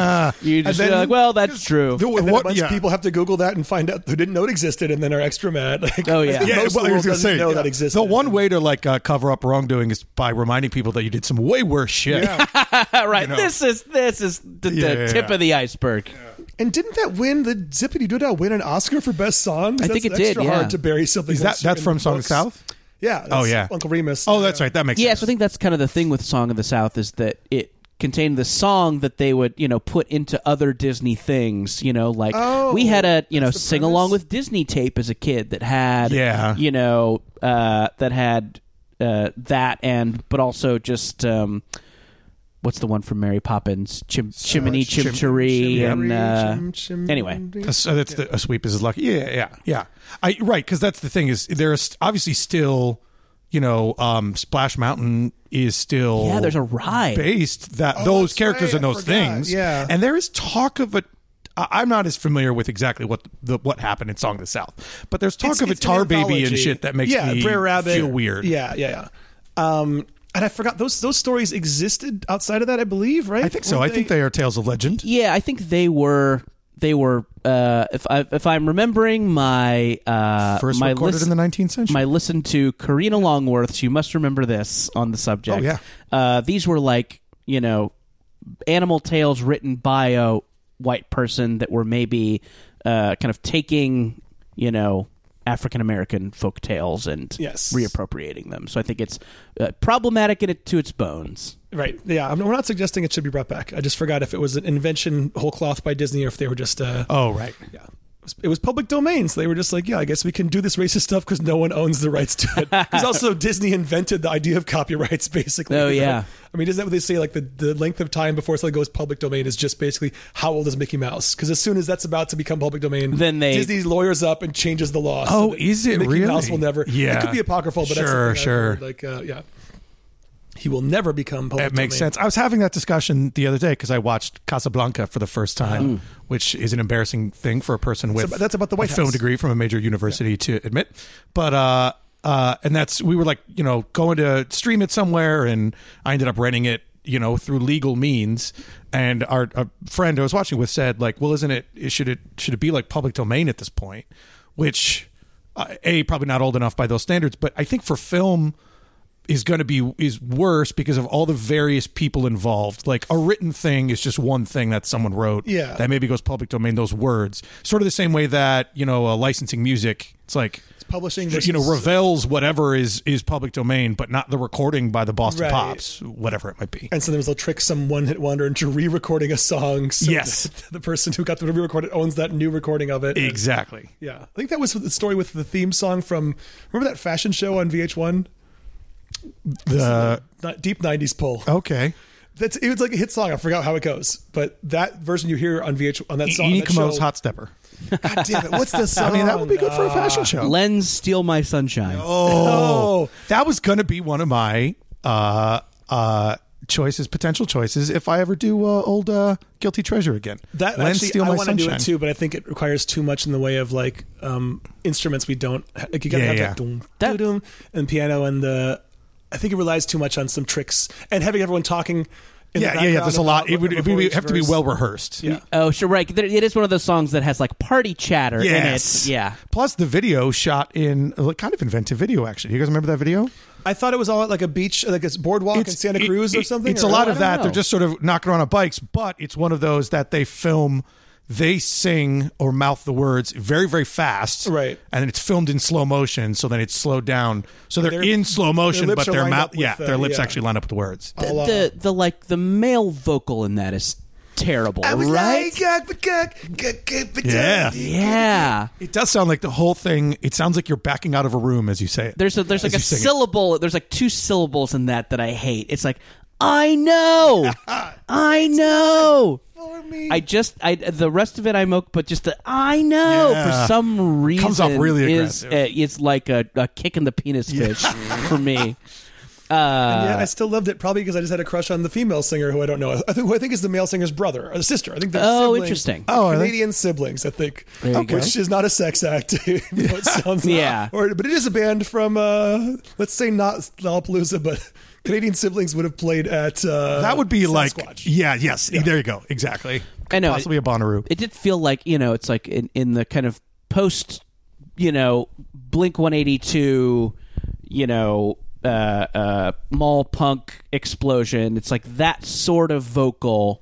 Speaker 4: you just
Speaker 2: then-
Speaker 4: you're like, well, that's true.
Speaker 3: The-
Speaker 2: And then
Speaker 3: what-
Speaker 2: a bunch
Speaker 3: yeah.
Speaker 2: of people have to Google that and find out who didn't know it existed, and then are extra mad. Like,
Speaker 4: Oh, yeah.
Speaker 2: I think
Speaker 4: Yeah,
Speaker 2: most
Speaker 3: well,
Speaker 2: of
Speaker 3: I
Speaker 2: the world
Speaker 3: was gonna
Speaker 2: doesn't
Speaker 3: say,
Speaker 2: know that
Speaker 3: yeah.
Speaker 2: existed.
Speaker 3: The one way to like uh, cover up wrongdoing is by reminding people that you did some way worse shit.
Speaker 4: All right, this is this is the, the
Speaker 3: Yeah, yeah,
Speaker 4: tip
Speaker 3: yeah.
Speaker 4: of the iceberg.
Speaker 2: And didn't that win the Zippity Doo Dah win an Oscar for best song?
Speaker 4: I think
Speaker 2: That's
Speaker 4: it did,
Speaker 2: Extra
Speaker 4: yeah.
Speaker 2: hard to bury something.
Speaker 3: Is that
Speaker 2: once you're
Speaker 3: that's
Speaker 2: in
Speaker 3: from
Speaker 2: the
Speaker 3: Song of
Speaker 2: books.
Speaker 3: the South?
Speaker 2: Yeah. that's
Speaker 3: Oh yeah,
Speaker 2: Uncle Remus.
Speaker 3: Oh, that's right. That makes
Speaker 4: Yeah,
Speaker 3: sense.
Speaker 4: so I think that's kind of the thing with "Song of the South" is that it contained the song that they would you know put into other Disney things. You know, like
Speaker 2: Oh,
Speaker 4: we had a you know
Speaker 2: that's the
Speaker 4: sing along
Speaker 2: premise?
Speaker 4: with Disney tape as a kid that had
Speaker 3: Yeah.
Speaker 4: you know uh, that had uh, that and but also just. Um, What's the one from Mary Poppins? Chim- Chimney
Speaker 3: Chim-
Speaker 4: Chimchuree and uh,
Speaker 2: Chim- chim-
Speaker 4: anyway,
Speaker 3: A, s- uh, that's the, a sweep is his lucky. Yeah, yeah, yeah. I right because that's the thing is there is obviously still, you know, um, Splash Mountain is still
Speaker 4: Yeah, there's a ride.
Speaker 3: based that those
Speaker 2: Oh, that's
Speaker 3: characters
Speaker 2: right,
Speaker 3: and
Speaker 2: I
Speaker 3: those
Speaker 2: forgot,
Speaker 3: things.
Speaker 2: yeah.
Speaker 3: and there is talk of a. I- I'm not as familiar with exactly what the what happened in Song of the South, but there's talk
Speaker 2: It's-
Speaker 3: of a
Speaker 2: it's an
Speaker 3: tar baby and
Speaker 2: anthology.
Speaker 3: shit that makes
Speaker 2: yeah,
Speaker 3: me
Speaker 2: Brer Rabbit.
Speaker 3: feel weird.
Speaker 2: Yeah, yeah, yeah. Um, and I forgot those those stories existed outside of that, I believe, right?
Speaker 3: I think so. I think they are tales of legend.
Speaker 4: Yeah, I think they were they were uh, if I if I'm remembering my uh,
Speaker 3: First
Speaker 4: my
Speaker 3: recorded
Speaker 4: listen-
Speaker 3: in the 19th century.
Speaker 4: My listen to Karina Longworth's "You Must Remember This" on the subject.
Speaker 3: Oh, yeah.
Speaker 4: uh, these were like you know animal tales written by a white person that were maybe uh, kind of taking you know African American folk tales and
Speaker 2: Yes.
Speaker 4: reappropriating them. So I think it's uh, problematic in it to its bones.
Speaker 2: Right. Yeah. I'm, we're not suggesting it should be brought back. I just forgot if it was an invention whole cloth by Disney or if they were just. Uh,
Speaker 3: oh right.
Speaker 2: Yeah. It was- It was public domain, so they were just like, "Yeah, I guess we can do this racist stuff because no one owns the rights to it." Because also Disney invented the idea of copyrights, basically.
Speaker 4: Oh,
Speaker 2: you know?
Speaker 4: yeah.
Speaker 2: I mean, isn't that what they say? Like the, the length of time before something goes public domain is just basically how old is Mickey Mouse? Because as soon as that's about to become public domain,
Speaker 4: Then they-
Speaker 2: Disney lawyers up and changes the law.
Speaker 3: Oh,
Speaker 2: that
Speaker 3: is it
Speaker 2: Mickey
Speaker 3: really?
Speaker 2: Mouse will never.
Speaker 3: Yeah.
Speaker 2: it could be apocryphal, but that's
Speaker 3: Sure,
Speaker 2: something I've
Speaker 3: sure.
Speaker 2: heard, Like, uh, yeah, he will never become public.
Speaker 3: That makes
Speaker 2: domain.
Speaker 3: sense. I was having that discussion the other day because I watched Casablanca for the first time, which is an embarrassing thing for a person with
Speaker 2: about- Hmm. that's about the
Speaker 3: a
Speaker 2: White
Speaker 3: film
Speaker 2: House.
Speaker 3: degree from a major university to admit. But uh, uh, and that's we were like you know going to stream it somewhere, and I ended up renting it you know, through legal means. And our a friend I was watching with said, like, well, isn't it, it- should it should it be like public domain at this point? Which, uh, a probably not old enough by those standards, but I think for film is going to be is worse because of all the various people involved. Like a written thing is just one thing that someone wrote.
Speaker 2: Yeah.
Speaker 3: that maybe goes public domain. Those words, sort of the same way that you know, uh, licensing music. It's like
Speaker 2: publishing
Speaker 3: you know,
Speaker 2: versus-
Speaker 3: Ravel's whatever is is public domain, but not the recording by the Boston
Speaker 2: Right.
Speaker 3: Pops, whatever it might be.
Speaker 2: And sometimes they'll trick some one-hit wonder into re-recording a song. So
Speaker 3: Yes.
Speaker 2: that the person who got the re-recorded owns that new recording of it.
Speaker 3: Exactly.
Speaker 2: Yeah, I think that was the story with the theme song from. Remember that fashion show on VH1?
Speaker 3: The Oh.
Speaker 2: Not deep '90s pull.
Speaker 3: okay.
Speaker 2: That's it was like a hit song. I forgot how it goes, but that version you hear on VH on that song.
Speaker 3: Eni
Speaker 2: that show- Oh,
Speaker 3: Kamo's Hot Stepper.
Speaker 2: God damn it! What's the song?
Speaker 3: I mean, that would be good for a fashion show.
Speaker 4: Lens steal my sunshine.
Speaker 3: Oh, that was going to be one of my uh, uh, choices, potential choices, if I ever do uh, old uh, Guilty Treasure again.
Speaker 2: That
Speaker 3: Lens
Speaker 2: actually,
Speaker 3: Steal
Speaker 2: I
Speaker 3: My
Speaker 2: want to do
Speaker 3: Sunshine.
Speaker 2: it too, but I think it requires too much in the way of like um, instruments we don't. Like you gotta
Speaker 3: Yeah,
Speaker 2: have
Speaker 3: yeah.
Speaker 2: that doom,
Speaker 4: That-
Speaker 2: doo-doom, and piano and the. I think it relies too much on some tricks and having everyone talking. In
Speaker 3: Yeah,
Speaker 2: the
Speaker 3: yeah, yeah.
Speaker 2: background
Speaker 3: There's a lot.
Speaker 2: about
Speaker 3: It would,
Speaker 2: what-
Speaker 3: it would be-
Speaker 2: before each
Speaker 3: have to be
Speaker 2: verse.
Speaker 3: well rehearsed.
Speaker 2: Yeah.
Speaker 4: Oh, sure, right. There- It is one of those songs that has like party chatter
Speaker 3: Yes.
Speaker 4: in it. Yeah.
Speaker 3: Plus the video shot in like, kind of inventive video actually. You guys remember that video?
Speaker 2: I thought it was all at like a beach, like a boardwalk in Santa
Speaker 3: it-
Speaker 2: Cruz or
Speaker 3: it-
Speaker 2: something.
Speaker 3: It's
Speaker 2: or-
Speaker 3: a lot
Speaker 4: I
Speaker 3: of
Speaker 4: don't
Speaker 3: that.
Speaker 4: know.
Speaker 3: They're just sort of knocking around on bikes, but it's one of those that they film, they sing or mouth the words very, very fast.
Speaker 2: Right.
Speaker 3: And then it's filmed in slow motion, so then it's slowed down. So they're
Speaker 2: Their-
Speaker 3: in slow motion,
Speaker 2: lips
Speaker 3: but
Speaker 2: are
Speaker 3: their
Speaker 2: lined
Speaker 3: mouth,
Speaker 2: up with
Speaker 3: yeah,
Speaker 2: the-
Speaker 3: their lips
Speaker 2: yeah.
Speaker 3: actually line up with the words.
Speaker 4: The,
Speaker 2: I'll, uh,
Speaker 4: the the like the male vocal in that is terrible, right?
Speaker 3: Yeah.
Speaker 4: yeah.
Speaker 3: It does sound like the whole thing, it sounds like you're backing out of a room as you say it.
Speaker 4: There's a there's like a
Speaker 3: you sing it.
Speaker 4: syllable. There's like two syllables in that that I hate. It's like I know, I know.
Speaker 2: For me.
Speaker 4: I just I the rest of it I'm okay, but just the I know
Speaker 3: Yeah.
Speaker 4: for some reason
Speaker 3: Comes off really
Speaker 4: is uh,
Speaker 3: aggressive.
Speaker 4: it's like a, a kick in the penis fish for me. Uh,
Speaker 2: yeah, I still loved it probably because I just had a crush on the female singer who I don't know. I think, who I think is the male singer's brother or sister. I think they're
Speaker 4: Oh,
Speaker 2: siblings.
Speaker 4: interesting.
Speaker 3: Oh, are they?
Speaker 2: Canadian siblings. I think,
Speaker 4: you go.
Speaker 2: which is not a sex act. even though it sounds
Speaker 4: Yeah.
Speaker 2: or, but it is a band from uh, let's say not Lollapalooza, but Canadian siblings would have played at uh,
Speaker 3: that would be like,
Speaker 2: Sasquatch.
Speaker 3: yeah, yes, there you go, exactly.
Speaker 4: I know.
Speaker 3: possibly a Bonnaroo.
Speaker 4: It did feel like you know it's like in in the kind of post you know Blink 182 you know uh, uh, mall punk explosion. It's like that sort of vocal.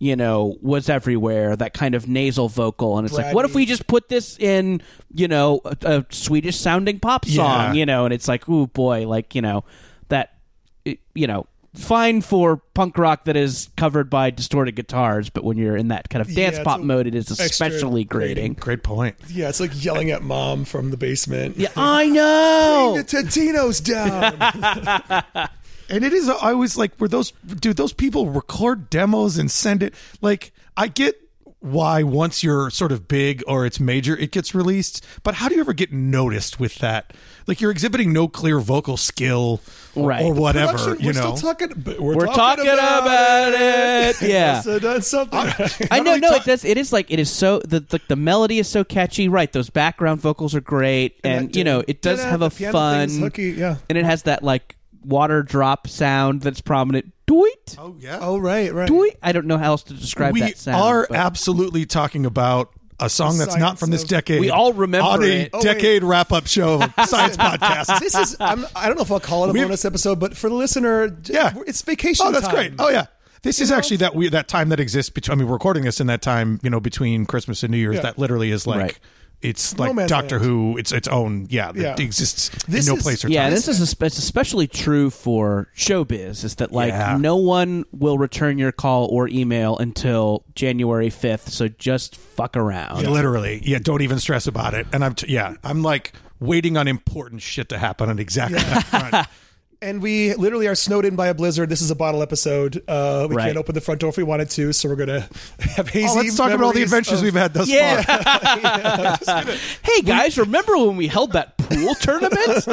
Speaker 4: You know, was everywhere that kind of nasal vocal, and it's like, what if
Speaker 2: Bratty.
Speaker 4: we just put this in, you know, a, a Swedish sounding pop song,
Speaker 3: Yeah.
Speaker 4: you know, and it's like, ooh boy, like you know, that, it- you know, fine for punk rock that is covered by distorted guitars, but when you're in that kind of dance
Speaker 2: Yeah, it's
Speaker 4: pop
Speaker 2: a
Speaker 4: mode, it is
Speaker 2: extra
Speaker 4: especially grating.
Speaker 3: Great point.
Speaker 2: yeah, it's like yelling at mom from the basement.
Speaker 4: Yeah, Oh. I
Speaker 2: The
Speaker 4: know.
Speaker 2: Totino's down.
Speaker 3: And it is I was like, were those dude, those people record demos and send it like I get why once you're sort of big or it's major it gets released but how do you ever get noticed with that like you're exhibiting no clear vocal skill or-
Speaker 4: Right.
Speaker 3: or whatever
Speaker 2: Production,
Speaker 3: you
Speaker 2: we're
Speaker 3: know
Speaker 2: still talking. but We're,
Speaker 4: We're talking about it. Yeah.
Speaker 2: So that's something.
Speaker 4: I know,
Speaker 3: really
Speaker 4: no,
Speaker 3: talk-
Speaker 4: it does. It is like it is so the, the the melody is so catchy, right? Those background vocals are great, and,
Speaker 2: that
Speaker 4: you know
Speaker 2: did-
Speaker 4: it does
Speaker 2: did
Speaker 4: have
Speaker 2: the
Speaker 4: a
Speaker 2: piano
Speaker 4: fun,
Speaker 2: thing's hooky, yeah.
Speaker 4: and it has that like water drop sound that's prominent. Doit,
Speaker 3: oh yeah
Speaker 2: oh right, right.
Speaker 4: doit. I don't know how else to describe
Speaker 3: we
Speaker 4: that sound.
Speaker 3: are
Speaker 4: but-
Speaker 3: absolutely talking about a song that's not
Speaker 2: science
Speaker 3: from this
Speaker 2: of-
Speaker 3: decade
Speaker 4: We all remember
Speaker 3: on a
Speaker 4: it. Oh,
Speaker 2: wait.
Speaker 3: decade wrap up show of a science podcast
Speaker 2: this is I'm, I don't know if I'll call it a
Speaker 3: We've-
Speaker 2: bonus episode, but for the listener, j-
Speaker 3: Yeah.
Speaker 2: it's vacation.
Speaker 3: Oh, that's
Speaker 2: time.
Speaker 3: great. Oh yeah. This is actually that weird that time that exists between I mean we're recording this in that time, you know, between Christmas and New Year's
Speaker 2: Yeah.
Speaker 3: that literally is like
Speaker 4: Right.
Speaker 3: it's like
Speaker 2: Romance
Speaker 3: Doctor
Speaker 2: land.
Speaker 3: Who, it's its own yeah, that
Speaker 2: Yeah.
Speaker 3: exists
Speaker 2: This
Speaker 3: in no
Speaker 2: is-
Speaker 3: place or
Speaker 4: Yeah,
Speaker 3: time.
Speaker 4: this is espe- it's especially true for showbiz. Is that like
Speaker 3: Yeah.
Speaker 4: no one will return your call or email until January fifth? So just fuck around.
Speaker 3: Literally. Yeah, don't even stress about it. And I'm t- yeah, I'm like waiting on important shit to happen on exactly that front.
Speaker 2: And we literally are snowed in by a blizzard. This is a bottle episode. Uh, we
Speaker 4: Right.
Speaker 2: can't open the front door if we wanted to, so we're gonna have hazy.
Speaker 3: Oh, let's talk about all the
Speaker 2: memories
Speaker 3: adventures
Speaker 2: of-
Speaker 3: we've had thus
Speaker 4: Yeah.
Speaker 3: far.
Speaker 4: Hey guys, remember when we held that pool tournament?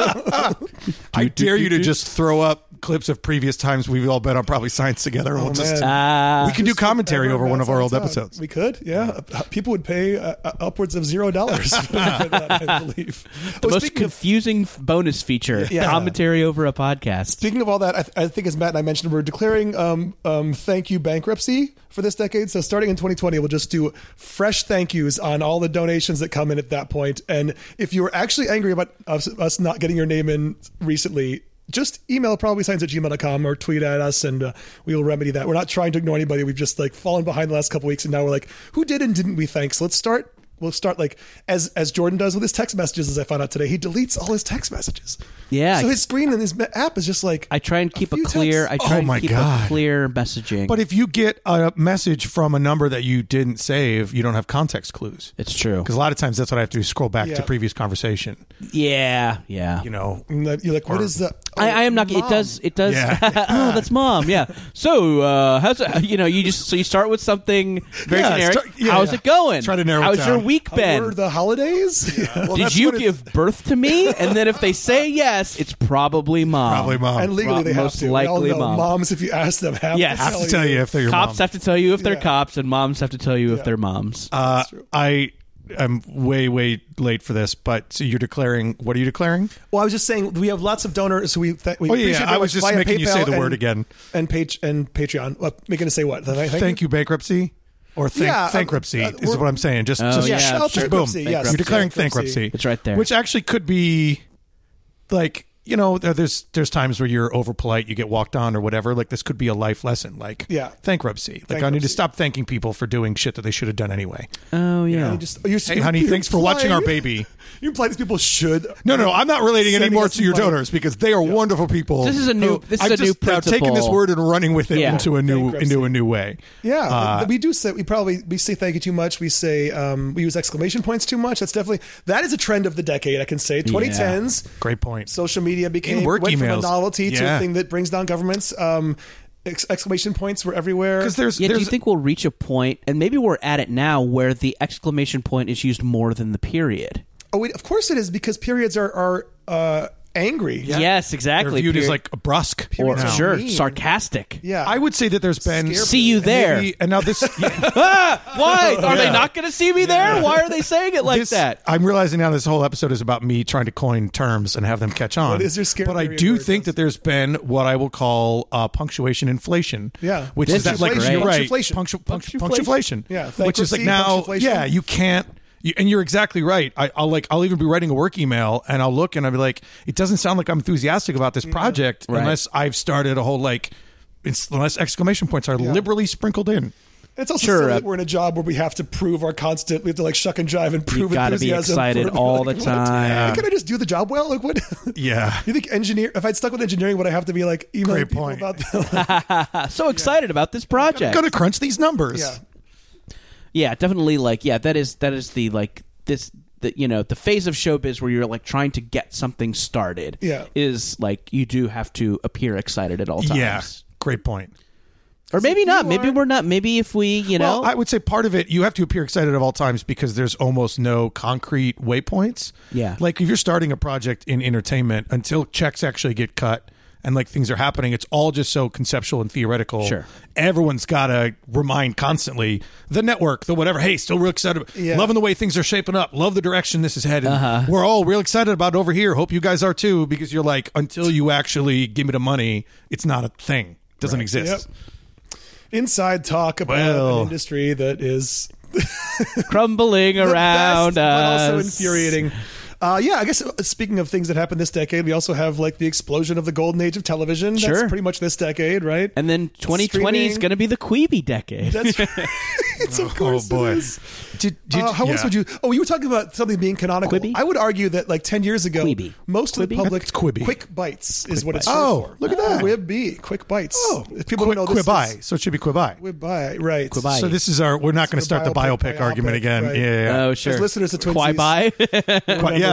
Speaker 3: I dare you to just throw up clips of previous times we've all been on probably science together. and we'll just-
Speaker 2: Oh, man.
Speaker 4: Ah,
Speaker 3: we can do commentary
Speaker 2: Everyone
Speaker 3: over one
Speaker 2: bounce
Speaker 3: of our
Speaker 2: on
Speaker 3: old
Speaker 2: top.
Speaker 3: episodes.
Speaker 2: We could, yeah. Uh, People would pay uh, uh, upwards of zero dollars for that, I believe.
Speaker 4: the
Speaker 2: Oh,
Speaker 4: most
Speaker 2: speaking of
Speaker 4: confusing f- bonus feature
Speaker 2: Yeah.
Speaker 4: commentary over a podcast.
Speaker 2: Speaking of all that, I, th- I think as Matt and I mentioned, we're declaring um, um, thank you bankruptcy for this decade. So starting in 2020, we'll just do fresh thank yous on all the donations that come in at that point. And if you were actually angry about us, us not getting your name in recently, just email probably signs at gmail.com or tweet at us and uh, we will remedy that. We're not trying to ignore anybody. We've just like fallen behind the last couple weeks and now we're like, who did and didn't we thank? So let's start. We'll start like as as Jordan does with his text messages. As I found out today, he deletes all his text messages.
Speaker 4: Yeah.
Speaker 2: So his screen in his ma- app is just like
Speaker 4: I try and keep a,
Speaker 2: few
Speaker 4: clear.
Speaker 2: texts.
Speaker 4: I try
Speaker 3: Oh
Speaker 4: and
Speaker 3: my
Speaker 4: keep
Speaker 3: God.
Speaker 4: a clear messaging.
Speaker 3: But if you get a message from a number that you didn't save, you don't have context clues.
Speaker 4: it's true.
Speaker 3: Because a lot of times that's what I have to do, scroll back
Speaker 2: Yeah. Mm.
Speaker 3: to previous conversation.
Speaker 4: Yeah, yeah.
Speaker 3: You know,
Speaker 2: And that- you're like, what
Speaker 3: Or-
Speaker 2: is the?
Speaker 4: I, I am not. It does. It does.
Speaker 3: Yeah.
Speaker 4: oh, that's mom. Yeah. So, uh, how's it, you know? You just so you start with something very
Speaker 3: Yeah,
Speaker 4: generic.
Speaker 3: start- yeah,
Speaker 4: how's
Speaker 3: yeah.
Speaker 4: it going?
Speaker 3: Try to narrow it
Speaker 4: How's
Speaker 3: down.
Speaker 4: your week been?
Speaker 2: Over uh, the holidays.
Speaker 4: Did
Speaker 3: that's
Speaker 4: you
Speaker 3: what it's-
Speaker 4: give birth to me? And then if they say yes, it's probably mom.
Speaker 3: probably mom.
Speaker 2: and legally, they have
Speaker 4: Most
Speaker 2: to. We all
Speaker 4: likely
Speaker 2: know
Speaker 4: mom.
Speaker 2: moms, if you ask them, have
Speaker 4: Yes.
Speaker 2: to
Speaker 3: I
Speaker 2: tell
Speaker 3: have to tell you if they're your
Speaker 4: Cops
Speaker 3: mom.
Speaker 4: have to tell you if they're
Speaker 2: Yeah.
Speaker 4: cops, and moms have to tell you if they're moms.
Speaker 3: Uh, I am way way late for this, but so you're declaring. What are you declaring?
Speaker 2: Well, I was just saying we have lots of donors, so we th- we
Speaker 3: Oh, yeah,
Speaker 2: appreciate
Speaker 3: yeah.
Speaker 2: very
Speaker 3: I was
Speaker 2: much
Speaker 3: just
Speaker 2: via
Speaker 3: making you say
Speaker 2: PayPal
Speaker 3: the word
Speaker 2: and-
Speaker 3: again.
Speaker 2: and page and Patreon. Uh, making to say what? Thank,
Speaker 3: Thank you, bankruptcy. Or thank,
Speaker 2: Yeah, uh,
Speaker 3: bankruptcy
Speaker 2: uh,
Speaker 3: is
Speaker 2: we're-
Speaker 3: what I'm saying. Just, just,
Speaker 4: Oh, yeah.
Speaker 3: just
Speaker 4: Yeah,
Speaker 3: boom.
Speaker 2: bankruptcy, yes.
Speaker 3: You're declaring bankruptcy.
Speaker 2: Bankruptcy.
Speaker 4: It's right there.
Speaker 3: Which actually could be, like, you know, there- there's there's times where you're over polite, you get walked on or whatever. Like this could be a life lesson. Like,
Speaker 2: Yeah.
Speaker 3: bankruptcy. Like I need to
Speaker 2: Bankruptcy.
Speaker 3: stop thanking people for doing shit that they should have done anyway.
Speaker 4: oh yeah.
Speaker 2: And Just, you're,
Speaker 3: Hey, honey, thanks for watching our baby.
Speaker 2: You imply these people should.
Speaker 3: No, no, I'm not relating
Speaker 2: Sending
Speaker 3: anymore
Speaker 2: us
Speaker 3: to your
Speaker 2: money.
Speaker 3: donors because they are wonderful people.
Speaker 4: This is a new-
Speaker 3: who-
Speaker 4: this is
Speaker 3: I'm
Speaker 4: a new
Speaker 3: just now taking this
Speaker 4: principle.
Speaker 3: word and running with it
Speaker 4: Yeah.
Speaker 3: into a new
Speaker 2: Bankruptcy.
Speaker 3: into a new way.
Speaker 2: Yeah,
Speaker 3: Uh,
Speaker 2: we do say we probably we say thank you too much. We say um, we use exclamation points too much. That's definitely that is a trend of the decade. I can say 2010s.
Speaker 3: great point.
Speaker 2: Social media became
Speaker 3: And work
Speaker 2: went from a
Speaker 3: emails.
Speaker 2: novelty to
Speaker 3: Yeah.
Speaker 2: a thing that brings down governments. Um, ex- exclamation points were everywhere.
Speaker 3: Because there's,
Speaker 4: Yeah, do
Speaker 3: there's
Speaker 4: you think we'll reach a point, and maybe we're at it now, where the exclamation point is used more than the period?
Speaker 2: oh, wait, of course it is because periods are are uh, angry. Yeah.
Speaker 4: Yes,
Speaker 3: they're
Speaker 4: exactly.
Speaker 3: viewed as
Speaker 4: Period.
Speaker 3: like a brusque.
Speaker 4: or
Speaker 2: No.
Speaker 4: sure,
Speaker 2: Mean.
Speaker 4: sarcastic.
Speaker 3: I would say that there's been
Speaker 2: Scare
Speaker 4: See you there.
Speaker 3: Maybe- and now this
Speaker 4: ah, why are they
Speaker 3: Yeah.
Speaker 4: not going to see me there? Why are they saying it like
Speaker 3: this-
Speaker 4: that?
Speaker 3: I'm realizing now this whole episode is about me trying to coin terms and have them catch on.
Speaker 2: is your scare
Speaker 3: but I
Speaker 2: period
Speaker 3: do
Speaker 2: word,
Speaker 3: think that there's been what I will call uh, punctuation inflation.
Speaker 2: Yeah.
Speaker 3: which is that like
Speaker 4: Punctuation,
Speaker 3: you're right,
Speaker 2: punctuation.
Speaker 3: punctu- punctu-
Speaker 4: Punctuation.
Speaker 3: punctuation.
Speaker 2: Yeah,
Speaker 3: which is
Speaker 2: bankruptcy,
Speaker 3: like now,
Speaker 2: punctuation.
Speaker 3: yeah, you can't. You, and you're exactly right. I, I'll like I'll even be writing a work email and I'll look and I'll be like, it doesn't sound like I'm enthusiastic about this project
Speaker 4: Right.
Speaker 3: unless I've started a whole like. It's, unless exclamation points are liberally sprinkled in.
Speaker 2: It's also
Speaker 4: Sure,
Speaker 2: silly
Speaker 4: uh,
Speaker 2: that we're in a job where we have to prove our constant. We have to like shuck and jive and prove.
Speaker 4: gotta be
Speaker 2: enthusiasm
Speaker 4: excited
Speaker 2: for-
Speaker 4: all the
Speaker 2: what?
Speaker 4: time.
Speaker 2: Can I just do the job well? Like what?
Speaker 3: Yeah.
Speaker 2: You think engineer? If I'd stuck with engineering, would I have to be like emailing
Speaker 3: Great
Speaker 2: people
Speaker 3: point.
Speaker 2: about the uh,
Speaker 4: Ah, so excited about this project.
Speaker 3: Gotta crunch these numbers.
Speaker 2: yeah,
Speaker 4: Yeah, definitely. Like, yeah, that is that is the like this. The, you know the phase of showbiz where you're like trying to get something started
Speaker 2: Yeah.
Speaker 4: is like you do have to appear excited at all times
Speaker 3: Yeah. Great point.
Speaker 4: or maybe
Speaker 2: if
Speaker 4: not
Speaker 2: you
Speaker 4: maybe
Speaker 2: are-
Speaker 4: we're not maybe if we you know
Speaker 3: Well, I would say part of it, you have to appear excited at all times because there's almost no concrete waypoints.
Speaker 4: Yeah.
Speaker 3: Like if you're starting a project in entertainment until checks actually get cut and like things are happening, it's all just so conceptual and theoretical.
Speaker 4: Sure.
Speaker 3: Everyone's got to remind constantly the network, the whatever. Hey, still real excited. about-
Speaker 2: Yeah.
Speaker 3: Loving the way things are shaping up. Love the direction this is headed.
Speaker 4: Uh-huh.
Speaker 3: We're all real excited about it over here. Hope you guys are too because you're like, until you actually give me the money, it's not a thing. Doesn't exist.
Speaker 2: inside talk about
Speaker 3: Well.
Speaker 2: an industry that is
Speaker 4: crumbling
Speaker 2: the
Speaker 4: around
Speaker 2: best, but also
Speaker 4: us.
Speaker 2: infuriating. Uh, yeah, I guess uh, speaking of things that happened this decade, we also have like the explosion of the golden age of television.
Speaker 4: Sure.
Speaker 2: That's pretty much this decade, right?
Speaker 4: And then 2020 is
Speaker 2: Streaming.
Speaker 4: going to be the Queeby decade.
Speaker 2: That's it's of course it is.
Speaker 3: Did, did,
Speaker 2: Uh, how
Speaker 3: Oh, yeah.
Speaker 2: else would you? Oh, you were talking about something being canonical.
Speaker 4: Quibi?
Speaker 2: I would argue that like ten years ago,
Speaker 4: Quibi.
Speaker 2: most of the
Speaker 4: Quibi?
Speaker 2: public
Speaker 3: It's Quibi.
Speaker 2: quick bites is what it's
Speaker 3: bites.
Speaker 2: short
Speaker 3: Oh,
Speaker 2: for.
Speaker 3: look at that.
Speaker 2: Quibi, quick bites.
Speaker 3: Oh,
Speaker 2: If people don't know this
Speaker 3: Quibi.
Speaker 2: is-
Speaker 3: so it should be Quibi.
Speaker 2: Quibi, right?
Speaker 4: Quibi.
Speaker 3: So this is our. We're not going to
Speaker 2: Sort
Speaker 3: start
Speaker 2: of
Speaker 3: the biopic,
Speaker 2: biopic,
Speaker 3: argument
Speaker 2: biopic,
Speaker 3: again.
Speaker 2: right.
Speaker 3: Yeah, yeah.
Speaker 4: oh,
Speaker 3: yeah.
Speaker 4: sure.
Speaker 2: As listeners to Twinsies-
Speaker 4: Quai by.
Speaker 3: Quite- yeah.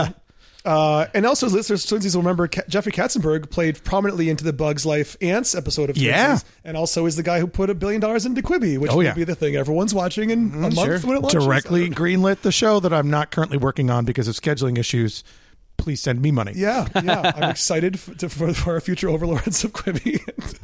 Speaker 2: Uh, and also, listeners, to Twinsies will remember Ca- Jeffrey Katzenberg played prominently into the Bugs Life Ants episode of Twinsies,
Speaker 3: Yeah.
Speaker 2: and also is the guy who put a billion dollars into Quibi, which
Speaker 3: Oh,
Speaker 2: will
Speaker 3: yeah. Mm-hmm.
Speaker 2: be the thing everyone's watching in a month when it launches.
Speaker 3: Directly greenlit the show that I'm not currently working on because of scheduling issues. please send me money.
Speaker 2: Yeah, yeah. I'm excited f- to, for, for our future overlords of Quibi.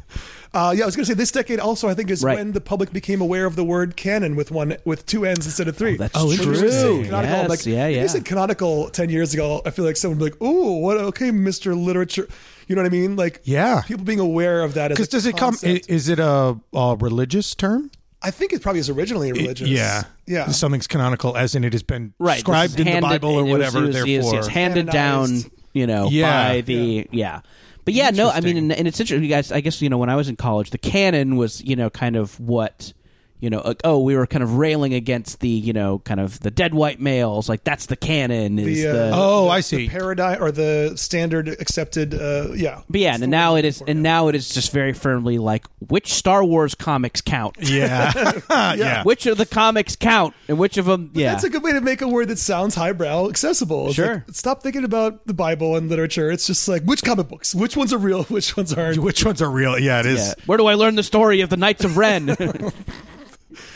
Speaker 2: uh, yeah, I was going to say this decade also, I think, is
Speaker 4: Right.
Speaker 2: when the public became aware of the word canon with one with two ends instead of three.
Speaker 4: that's
Speaker 3: Oh,
Speaker 4: oh,
Speaker 3: interesting.
Speaker 4: true.
Speaker 3: Interesting.
Speaker 2: Canonical,
Speaker 4: Yes,
Speaker 2: like,
Speaker 4: yeah,
Speaker 2: if
Speaker 4: yeah.
Speaker 2: you said canonical ten years ago, I feel like someone would be like, "Ooh, what? Okay, Mister Literature." You know what I mean? Like,
Speaker 3: Yeah.
Speaker 2: people being aware of that. Because
Speaker 3: Because does it come? i- Is it a, a religious term?
Speaker 2: I think it probably is originally a religious.
Speaker 3: Yeah,
Speaker 2: yeah.
Speaker 3: Something's canonical, as in it has been
Speaker 4: right. this
Speaker 3: scribed
Speaker 4: is
Speaker 3: in the
Speaker 4: handed-
Speaker 3: Bible or
Speaker 4: it was-
Speaker 3: whatever.
Speaker 4: it was- yes,
Speaker 3: therefore,
Speaker 4: yes, handed
Speaker 2: Canonized.
Speaker 4: down, you know,
Speaker 3: Yeah.
Speaker 4: by the yeah. But yeah, no, I
Speaker 3: Interesting.
Speaker 4: mean, and, and it's interesting, you guys. I guess you know when I was in college, the canon was you know kind of what you know. Like, oh, we were kind of railing against the you know kind of the dead white males. Like that's the canon is
Speaker 2: The,
Speaker 4: the.
Speaker 2: uh,
Speaker 3: oh, I
Speaker 2: the
Speaker 3: see.
Speaker 2: paradigm or the standard accepted. Uh, yeah,
Speaker 4: but yeah, and now it is, and now it is just very firmly like which Star Wars comics count,
Speaker 3: yeah, yeah.
Speaker 4: which of the comics count, and which of them. Yeah,
Speaker 2: That's a good way to make a word that sounds highbrow accessible. It's
Speaker 4: Sure.
Speaker 2: like, stop thinking about the Bible and literature. It's just like which comic books, which ones are real, which ones aren't.
Speaker 3: Which ones are real? Yeah, it is.
Speaker 4: yeah. Where do I learn the story of the Knights of Ren?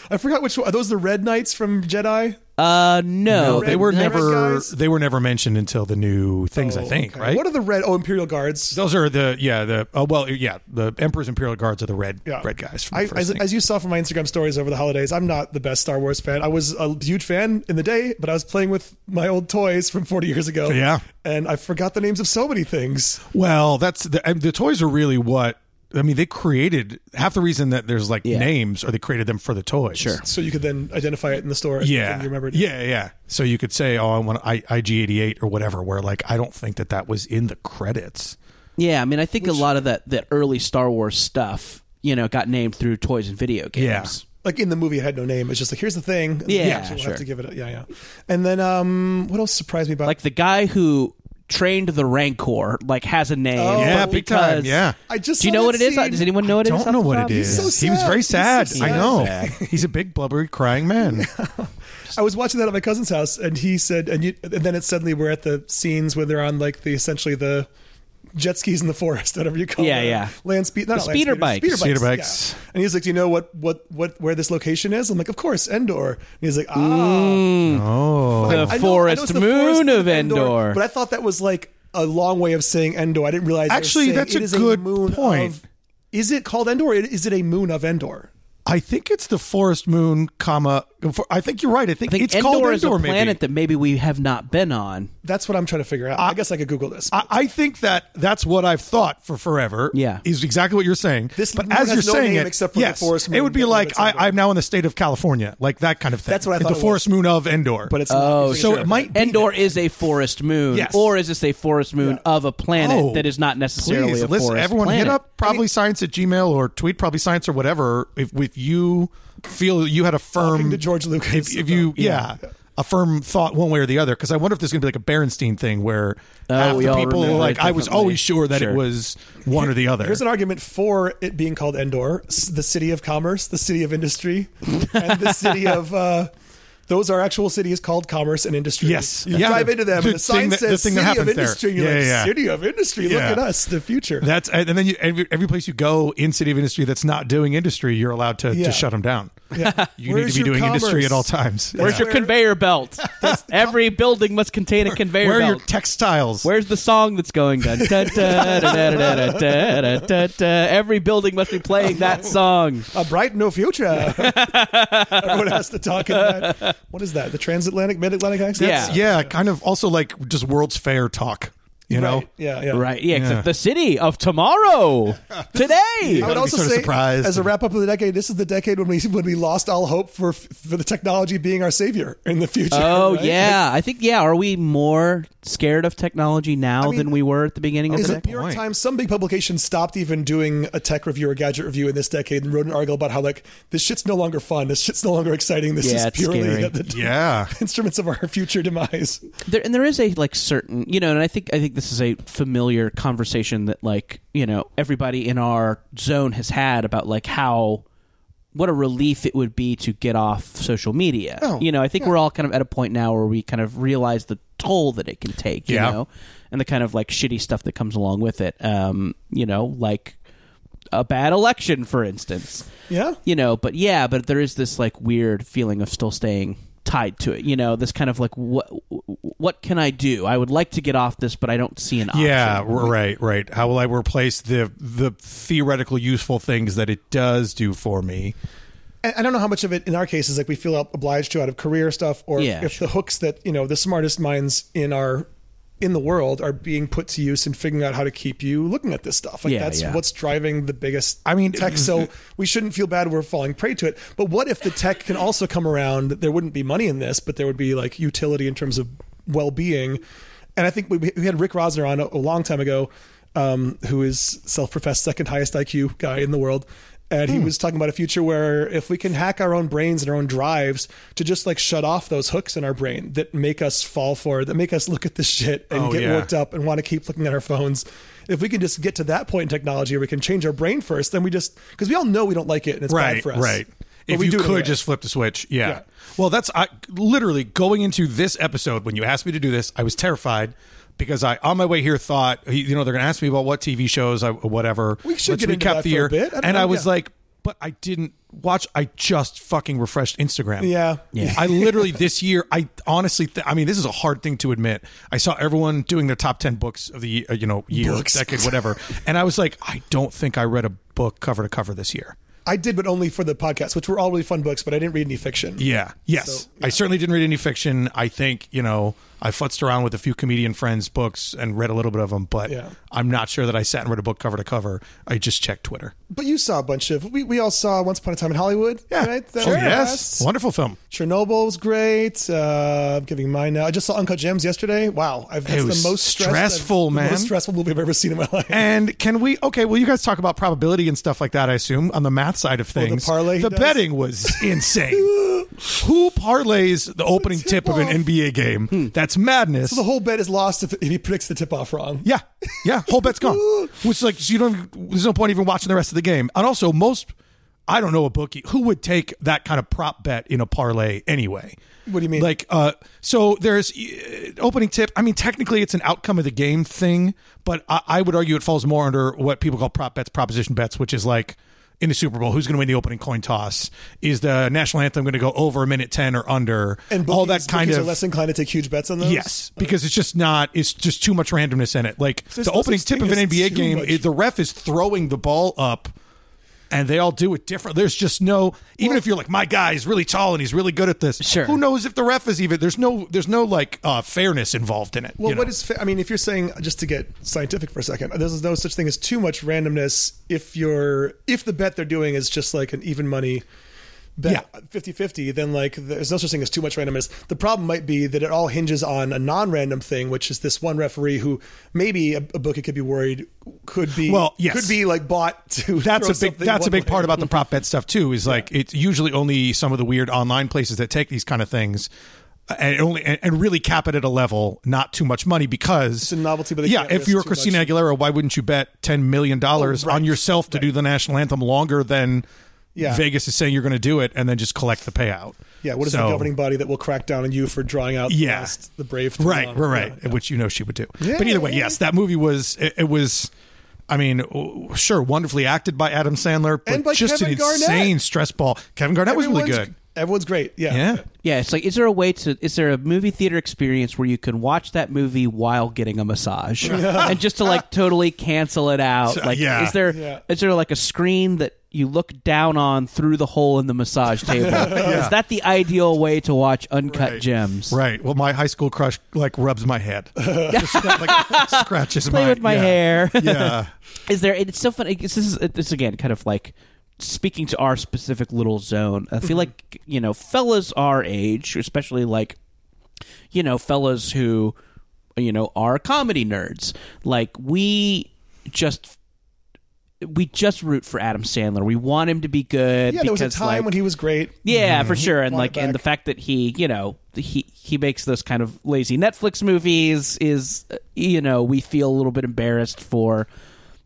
Speaker 2: I forgot which one. Are those the Red Knights from Jedi?
Speaker 4: Uh,
Speaker 3: No,
Speaker 4: no,
Speaker 3: they were
Speaker 2: red
Speaker 3: never.
Speaker 2: guys?
Speaker 3: They were never mentioned until the new things. I
Speaker 2: Oh,
Speaker 3: think
Speaker 2: okay.
Speaker 3: right.
Speaker 2: What are the Red? Oh, Imperial Guards.
Speaker 3: Those are the yeah the oh well yeah the Emperor's Imperial Guards are the red
Speaker 2: Yeah.
Speaker 3: red guys. From the
Speaker 2: I,
Speaker 3: first
Speaker 2: as,
Speaker 3: thing.
Speaker 2: as you saw from my Instagram stories over the holidays, I'm not the best Star Wars fan. I was a huge fan in the day, but I was playing with my old toys from 40 years ago.
Speaker 3: Yeah.
Speaker 2: And I forgot the names of so many things.
Speaker 3: Well, that's the, I mean, the toys are really what I mean. They created half the reason that there's like
Speaker 4: Yeah.
Speaker 3: names, or they created them for the toys. Sure.
Speaker 2: So you could then identify it in the store.
Speaker 3: Yeah.
Speaker 2: And you remembered.
Speaker 3: Yeah, yeah. So you could say, "Oh, I want I, IG88 or whatever," where like I don't think that that was in the credits.
Speaker 4: Yeah, I mean, I think a lot of that that early Star Wars stuff, you know, got named through toys and video games.
Speaker 2: like in the movie it had no name. It's just like here's the thing. And
Speaker 4: Yeah,
Speaker 2: yeah, we'll
Speaker 4: sure.
Speaker 2: have to give it. A, yeah, yeah. And then um, what else surprised me about?
Speaker 4: Like the guy who trained the Rancor, like has a name.
Speaker 2: Oh,
Speaker 3: yeah, big time.
Speaker 4: because-
Speaker 3: Yeah.
Speaker 2: I just
Speaker 4: Do you
Speaker 2: saw
Speaker 4: know
Speaker 2: that
Speaker 4: what it is?
Speaker 2: scene.
Speaker 4: Does anyone know what it is?
Speaker 3: Don't know
Speaker 4: off the
Speaker 3: what
Speaker 4: top?
Speaker 3: it is.
Speaker 2: He's so
Speaker 3: he was
Speaker 2: sad.
Speaker 3: very
Speaker 2: He's so
Speaker 3: sad. I
Speaker 2: sad.
Speaker 3: know. He's a big blubbery crying man.
Speaker 2: I was watching that at my cousin's house, and he said, and you, and then it suddenly we're at the scenes where they're on like the essentially the jet skis in the forest, whatever you call
Speaker 4: Yeah,
Speaker 2: it.
Speaker 4: yeah.
Speaker 2: Land speed, not
Speaker 4: The
Speaker 2: land
Speaker 4: speeder
Speaker 2: speeders,
Speaker 4: bikes.
Speaker 2: speeder bikes.
Speaker 3: Speeder bikes.
Speaker 2: yeah. And he's like, do you know what what what where this location is? I'm like, of course, Endor. And he's like, ah,
Speaker 3: oh.
Speaker 4: The
Speaker 2: I know- I know
Speaker 4: forest
Speaker 2: it's the
Speaker 4: moon
Speaker 2: forest
Speaker 4: of Endor.
Speaker 2: But I thought that was like a long way of saying Endor. I didn't realize. they were
Speaker 3: Actually,
Speaker 2: saying
Speaker 3: that's
Speaker 2: it
Speaker 3: a
Speaker 2: is
Speaker 3: good
Speaker 2: moon
Speaker 3: point.
Speaker 2: Of, is it called Endor? Or is it a moon of Endor?
Speaker 3: I think it's the forest moon, comma. for- I think you're right. I think,
Speaker 4: I think
Speaker 3: it's
Speaker 4: Endor
Speaker 3: called Endor.
Speaker 4: is a
Speaker 3: maybe.
Speaker 4: planet that maybe we have not been on.
Speaker 2: That's what I'm trying to figure out. I, guess I could Google this.
Speaker 3: I, I think that that's what I've thought for forever.
Speaker 4: Yeah.
Speaker 3: is exactly what you're saying.
Speaker 2: This
Speaker 3: but
Speaker 2: moon has
Speaker 3: as you're
Speaker 2: no
Speaker 3: saying
Speaker 2: name
Speaker 3: it,
Speaker 2: except for the
Speaker 3: yes,
Speaker 2: forest
Speaker 3: it
Speaker 2: moon
Speaker 3: would be
Speaker 2: that
Speaker 3: like
Speaker 2: limits Endor.
Speaker 3: I, I'm now in the state of California, like that kind of thing.
Speaker 2: That's what I thought
Speaker 3: The
Speaker 2: it
Speaker 3: forest moon of Endor,
Speaker 2: but it's not.
Speaker 4: Oh,
Speaker 2: It's
Speaker 3: so
Speaker 2: not-
Speaker 3: it might be
Speaker 4: Endor is a forest moon,
Speaker 3: Yes.
Speaker 4: or is this a forest moon of a planet
Speaker 3: Oh,
Speaker 4: that is not necessarily
Speaker 3: Please
Speaker 4: a
Speaker 3: listen,
Speaker 4: forest
Speaker 3: everyone
Speaker 4: planet?
Speaker 3: hit up probably science at Gmail or tweet probably science or whatever. If if you feel you had a
Speaker 2: Talking
Speaker 3: firm
Speaker 2: to George Lucas.
Speaker 3: if, if you yeah.
Speaker 2: Yeah.
Speaker 3: A firm thought one way or the other, because I wonder if there's going to be like a Berenstein thing where half
Speaker 4: Oh, we
Speaker 3: the
Speaker 4: all
Speaker 3: people
Speaker 4: remember
Speaker 3: like
Speaker 4: it
Speaker 3: I was
Speaker 4: differently.
Speaker 3: always sure that
Speaker 4: Sure.
Speaker 3: it was one or the other.
Speaker 2: Here's an argument for it being called Endor, s- the city of commerce, the city of industry, and the city of. Uh, those are actual cities called commerce and industry.
Speaker 3: Yes.
Speaker 2: you
Speaker 3: Yeah.
Speaker 2: drive into them,
Speaker 3: The
Speaker 2: and the sign
Speaker 3: thing that-
Speaker 2: says
Speaker 3: the thing that
Speaker 2: "City of
Speaker 3: happens there.
Speaker 2: Industry." and You're
Speaker 3: Yeah,
Speaker 2: like,
Speaker 3: yeah.
Speaker 2: "City of Industry,
Speaker 3: Yeah.
Speaker 2: look at us, the future."
Speaker 3: That's and then you every, every place you go in city of industry that's not doing industry, you're allowed to
Speaker 2: Yeah.
Speaker 3: just shut them down.
Speaker 2: Yeah.
Speaker 3: You
Speaker 2: Where's
Speaker 3: need to be
Speaker 2: your
Speaker 3: doing industry
Speaker 2: commerce?
Speaker 3: at all times.
Speaker 4: Where's
Speaker 3: Yeah.
Speaker 4: your conveyor belt? Every building must contain a conveyor
Speaker 3: where are
Speaker 4: belt.
Speaker 3: your textiles?
Speaker 4: Where's the song that's going? Dun, dun, dun, dun, dun, dun, dun, dun, dun, dun, dun. Every building must be playing that song.
Speaker 2: a bright no future. Everyone has to talk in that. What is that? The transatlantic, mid-Atlantic accent?
Speaker 4: Yeah.
Speaker 3: yeah, kind of also like just world's fair talk. You know,
Speaker 2: Right. Yeah, yeah.
Speaker 4: Right? Yeah. 'cause
Speaker 3: Yeah.
Speaker 4: The city of tomorrow,
Speaker 2: I
Speaker 4: today.
Speaker 2: would
Speaker 3: Gotta be
Speaker 2: also
Speaker 3: sort of
Speaker 2: say,
Speaker 3: surprised.
Speaker 2: as a wrap up of the decade, this is the decade when we when we lost all hope for for the technology being our savior in the future.
Speaker 4: Oh
Speaker 2: right?
Speaker 4: yeah, I think yeah. Are we more scared of technology now
Speaker 2: mean,
Speaker 4: than we were at the beginning of
Speaker 2: Is
Speaker 4: the
Speaker 2: it
Speaker 4: decade?
Speaker 2: New York
Speaker 3: point.
Speaker 2: Times? Some big publication stopped even doing a tech review or gadget review in this decade and wrote an article about how like this shit's no longer fun. This shit's no longer exciting. This
Speaker 4: Yeah,
Speaker 2: is
Speaker 4: it's
Speaker 2: purely
Speaker 4: scary.
Speaker 2: the
Speaker 3: yeah,
Speaker 2: instruments of our future demise.
Speaker 4: there and there is a like certain you know and i think i think this is a familiar conversation that like you know everybody in our zone has had about like how what a relief it would be to get off social media
Speaker 3: Oh,
Speaker 4: you know i think we're all kind of at a point now where we kind of realize the toll that it can take you
Speaker 3: Yeah.
Speaker 4: know and the kind of like shitty stuff that comes along with it um you know like a bad election for instance
Speaker 2: Yeah.
Speaker 4: you know but yeah but there is this like weird feeling of still staying tied to it. You know, this kind of like what what can I do? I would like to get off this, but I don't see an option.
Speaker 3: Yeah, r- right, right. How will I replace the the theoretical useful things that it does do for me?
Speaker 2: I I don't know how much of it in our case is like we feel obliged to out of career stuff, or
Speaker 4: Yeah,
Speaker 2: if the hooks that you know the smartest minds in our in the world are being put to use in figuring out how to keep you looking at this stuff. Like
Speaker 4: Yeah,
Speaker 2: that's
Speaker 4: yeah.
Speaker 2: what's driving the biggest.
Speaker 3: I mean,
Speaker 2: tech. So we shouldn't feel bad we're falling prey to it. But what if the tech can also come around? that There wouldn't be money in this, but there would be like utility in terms of well being. And I think we, we had Rick Rosner on a, a long time ago, um, who is self-professed second highest IQ guy in the world. And he was talking about a future where if we can hack our own brains and our own drives to just like shut off those hooks in our brain that make us fall for, that make us look at this shit and
Speaker 3: Oh,
Speaker 2: get
Speaker 3: yeah.
Speaker 2: worked up and want to keep looking at our phones. If we can just get to that point in technology where we can change our brain first, then we just because we all know we don't like it and it's bad
Speaker 3: Right,
Speaker 2: for us.
Speaker 3: right.
Speaker 2: But
Speaker 3: if
Speaker 2: we
Speaker 3: you
Speaker 2: do it
Speaker 3: could
Speaker 2: anyway.
Speaker 3: just flip the switch, yeah.
Speaker 2: Yeah.
Speaker 3: Well, that's I, literally going into this episode when you asked me to do this. I was terrified because I, on my way here, thought you know they're going to ask me about what TV shows, I, whatever.
Speaker 2: We should
Speaker 3: Let's
Speaker 2: get into
Speaker 3: recap
Speaker 2: that
Speaker 3: the
Speaker 2: for a
Speaker 3: year,
Speaker 2: bit. I don't
Speaker 3: and
Speaker 2: know,
Speaker 3: I was
Speaker 2: yeah.
Speaker 3: like, but I didn't watch. I just fucking refreshed Instagram.
Speaker 2: Yeah.
Speaker 4: Yeah.
Speaker 3: I literally this year. I honestly, th- I mean, this is a hard thing to admit. I saw everyone doing their top ten books of the uh, you know year,
Speaker 2: Books.
Speaker 3: decade, whatever, and I was like, I don't think I read a book cover to cover this year.
Speaker 2: I did, but only for the podcast, which were all really fun books, but I didn't read any fiction.
Speaker 3: Yeah. Yes.
Speaker 2: So,
Speaker 3: I certainly didn't read any fiction. I think, you know, I futzed around with a few comedian friends' books and read a little bit of them, but
Speaker 2: Yeah.
Speaker 3: I'm not sure that I sat and read a book cover to cover. I just checked Twitter.
Speaker 2: But you saw a bunch of we, we all saw Once Upon a Time in Hollywood. Right? That
Speaker 3: oh,
Speaker 2: was
Speaker 3: yes.
Speaker 2: last.
Speaker 3: Wonderful film.
Speaker 2: Chernobyl was great. Uh, I'm giving mine now. I just saw Uncut Gems yesterday. Wow, I've, that's
Speaker 3: was
Speaker 2: the most stressed I've-
Speaker 3: stressful,
Speaker 2: the
Speaker 3: man.
Speaker 2: most stressful movie I've ever seen in my life.
Speaker 3: And can we? Okay, well, you guys talk about probability and stuff like that. I assume on the math side of
Speaker 2: the
Speaker 3: things,
Speaker 2: parlay he
Speaker 3: the
Speaker 2: does.
Speaker 3: betting was insane. Who parlays the opening tip of an
Speaker 2: Tip-off. Hmm.
Speaker 3: NBA game? That's madness.
Speaker 2: the whole bet is lost if, if he predicts the tip off wrong.
Speaker 3: Yeah, yeah, whole bet's gone. Which like so you don't. even- There's no point even watching the rest of the game. And also, most I don't know a bookie who would take that kind of prop bet in a parlay anyway.
Speaker 2: What do you mean?
Speaker 3: Like, uh, so there's uh, opening tip. I mean, technically, it's an outcome of the game thing, but I, I would argue it falls more under what people call prop bets, proposition bets, which is like. In the Super Bowl, who's going to win the opening coin toss? Is the national anthem going to go over a minute ten or under?
Speaker 2: and bookies,
Speaker 3: all that kind
Speaker 2: bookies
Speaker 3: of
Speaker 2: are less inclined to take huge bets on those.
Speaker 3: Yes, because it's just not. It's just too much randomness in it. Like
Speaker 2: There's
Speaker 3: the
Speaker 2: no
Speaker 3: opening
Speaker 2: such
Speaker 3: tip
Speaker 2: thing
Speaker 3: of an
Speaker 2: as
Speaker 3: NBA
Speaker 2: too
Speaker 3: game,
Speaker 2: much.
Speaker 3: it- the ref is throwing the ball up, and they all do it different. There's just no. Even if you're like, my guy is really tall and he's really good at this.
Speaker 4: Sure.
Speaker 3: Who knows if the ref is even? There's no. There's no like uh, fairness involved in it.
Speaker 2: Well,
Speaker 3: you know?
Speaker 2: what is? Fa- I mean, if you're saying just to get scientific for a second, there's no such thing as too much randomness. If you're if the bet they're doing is just like an even money bet,
Speaker 3: Yeah.
Speaker 2: 50-50, then like there's no such thing as too much randomness. The problem might be that it all hinges on a non-random thing, which is this one referee who maybe a, a bookie could be worried could be
Speaker 3: Well, yes.
Speaker 2: could be like bought to.
Speaker 3: that's
Speaker 2: throw
Speaker 3: a big
Speaker 2: something
Speaker 3: that's a
Speaker 2: one
Speaker 3: big
Speaker 2: way.
Speaker 3: part about the prop bet stuff too is like it's usually only some of the weird online places that take these kind of things and only and, and really cap it at a level not too much money because it's
Speaker 2: a novelty, but they
Speaker 3: yeah
Speaker 2: can't
Speaker 3: if
Speaker 2: risk
Speaker 3: you're
Speaker 2: too
Speaker 3: christina aguilera why wouldn't you bet 10 million dollars on yourself to do the national anthem longer than
Speaker 2: Yeah.
Speaker 3: vegas is saying you're going to do it and then just collect the payout
Speaker 2: Yeah, what is
Speaker 3: So-
Speaker 2: the governing body that will crack down on you for drawing out the,
Speaker 3: Yeah.
Speaker 2: last, the brave? to
Speaker 3: right
Speaker 2: long?
Speaker 3: right right
Speaker 2: Yeah.
Speaker 3: which you know she would do
Speaker 2: Yeah,
Speaker 3: but either way
Speaker 2: yeah,
Speaker 3: yes that movie was it, it was i mean w- sure wonderfully acted by adam sandler but
Speaker 2: And by
Speaker 3: just
Speaker 2: Kevin
Speaker 3: an
Speaker 2: Garnett.
Speaker 3: insane stress ball kevin garnett was really
Speaker 2: Everyone's-
Speaker 3: good
Speaker 2: Everyone's great. Yeah.
Speaker 3: yeah
Speaker 4: Yeah, it's like, is there a way to? Is there a movie theater experience where you can watch that movie while getting a massage, and just to like totally cancel it out? Like,
Speaker 3: yeah.
Speaker 4: is there is
Speaker 2: Yeah.
Speaker 4: there like a screen that you look down on through the hole in the massage table? Is that the ideal way to watch Uncut
Speaker 3: Right.
Speaker 4: Gems?
Speaker 3: Right. Well, my high school crush like rubs my head, Just, like, scratches
Speaker 4: Play
Speaker 3: my,
Speaker 4: with my
Speaker 3: yeah.
Speaker 4: hair.
Speaker 3: Yeah. Ah,
Speaker 4: Is there? It's so funny. 'cause This is this again kind of like speaking to our specific little zone. I
Speaker 2: Mm-hmm.
Speaker 4: feel like you know, fellas our age, especially like you know, fellas who you know are comedy nerds. Like we just we just root for Adam Sandler. We want him to be good.
Speaker 2: Yeah, there was a
Speaker 4: because,
Speaker 2: time
Speaker 4: like-
Speaker 2: when he was great.
Speaker 4: yeah,
Speaker 3: Mm-hmm.
Speaker 4: for sure, and
Speaker 2: Want
Speaker 4: like,
Speaker 2: it
Speaker 4: and the
Speaker 2: back.
Speaker 4: fact that he, you know, he he makes those kind of lazy Netflix movies is, uh, you know, we feel a little bit embarrassed for,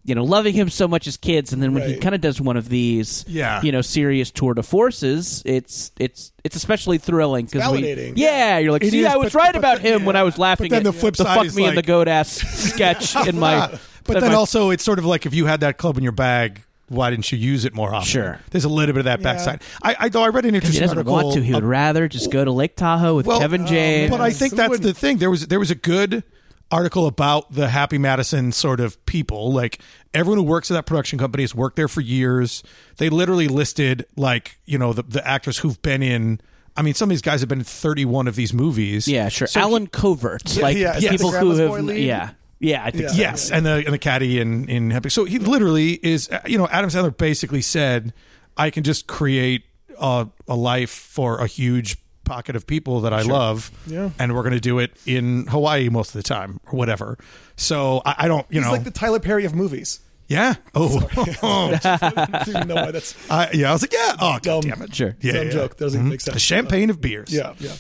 Speaker 4: you know, loving him so much as kids, and then when he
Speaker 2: Right.
Speaker 4: kind of does one of these,
Speaker 3: Yeah.
Speaker 4: you know, serious tour de forces, it's it's it's especially thrilling because we,
Speaker 2: validating.
Speaker 4: yeah, you're like,
Speaker 3: It
Speaker 4: see,
Speaker 3: is,
Speaker 4: I was
Speaker 3: but-
Speaker 4: right
Speaker 3: but
Speaker 4: about
Speaker 3: then-
Speaker 4: him when I was laughing
Speaker 3: But then
Speaker 4: at
Speaker 3: the flip side
Speaker 4: fuck
Speaker 3: is
Speaker 4: me and the
Speaker 3: like-
Speaker 4: goat ass sketch in my,
Speaker 3: But
Speaker 4: in
Speaker 3: then
Speaker 4: my
Speaker 3: also, it's sort of like if you had that club in your bag, why didn't you use it more often?
Speaker 4: Sure.
Speaker 3: There's a little bit of that backside. I, I though I read an
Speaker 4: He
Speaker 3: interesting
Speaker 4: doesn't
Speaker 3: article.
Speaker 4: want to. He would rather just go to Lake Tahoe with
Speaker 3: Well, um, uh,
Speaker 4: Kevin James.
Speaker 3: But I think
Speaker 2: Who
Speaker 3: that's
Speaker 2: wouldn't?
Speaker 3: the thing. There was there was a good article about the Happy Madison sort of people. Like everyone who works at that production company has worked there for years. They literally listed like you know the the actors who've been in. I mean, some of these guys have been in 31 of these movies.
Speaker 4: yeah, sure.
Speaker 3: So
Speaker 4: Alan Covert, like
Speaker 2: yeah, is that
Speaker 4: people
Speaker 2: the
Speaker 4: who
Speaker 2: Grandma's Boy
Speaker 4: have,
Speaker 2: lead?
Speaker 4: yeah, yeah, I think
Speaker 2: Yeah.
Speaker 4: so.
Speaker 3: Yes, and the and the caddy in in Happy. So he literally is. uh, You know, Adam Sandler basically said, "I can just create a, a life for a huge pocket of people that I love,
Speaker 2: Yeah.
Speaker 3: and we're going to do it in Hawaii most of the time or whatever." So I, I don't, you
Speaker 2: He's
Speaker 3: know,
Speaker 2: like the Tyler Perry of movies.
Speaker 3: yeah. Oh,
Speaker 2: I don't even know why that's
Speaker 3: I, yeah. I was like, yeah. Oh,
Speaker 2: Dumb.
Speaker 3: God damn it.
Speaker 4: Sure.
Speaker 3: Yeah,
Speaker 2: dumb
Speaker 3: yeah.
Speaker 2: joke. That doesn't even make sense.
Speaker 3: The champagne of beers.
Speaker 2: Yeah, yeah.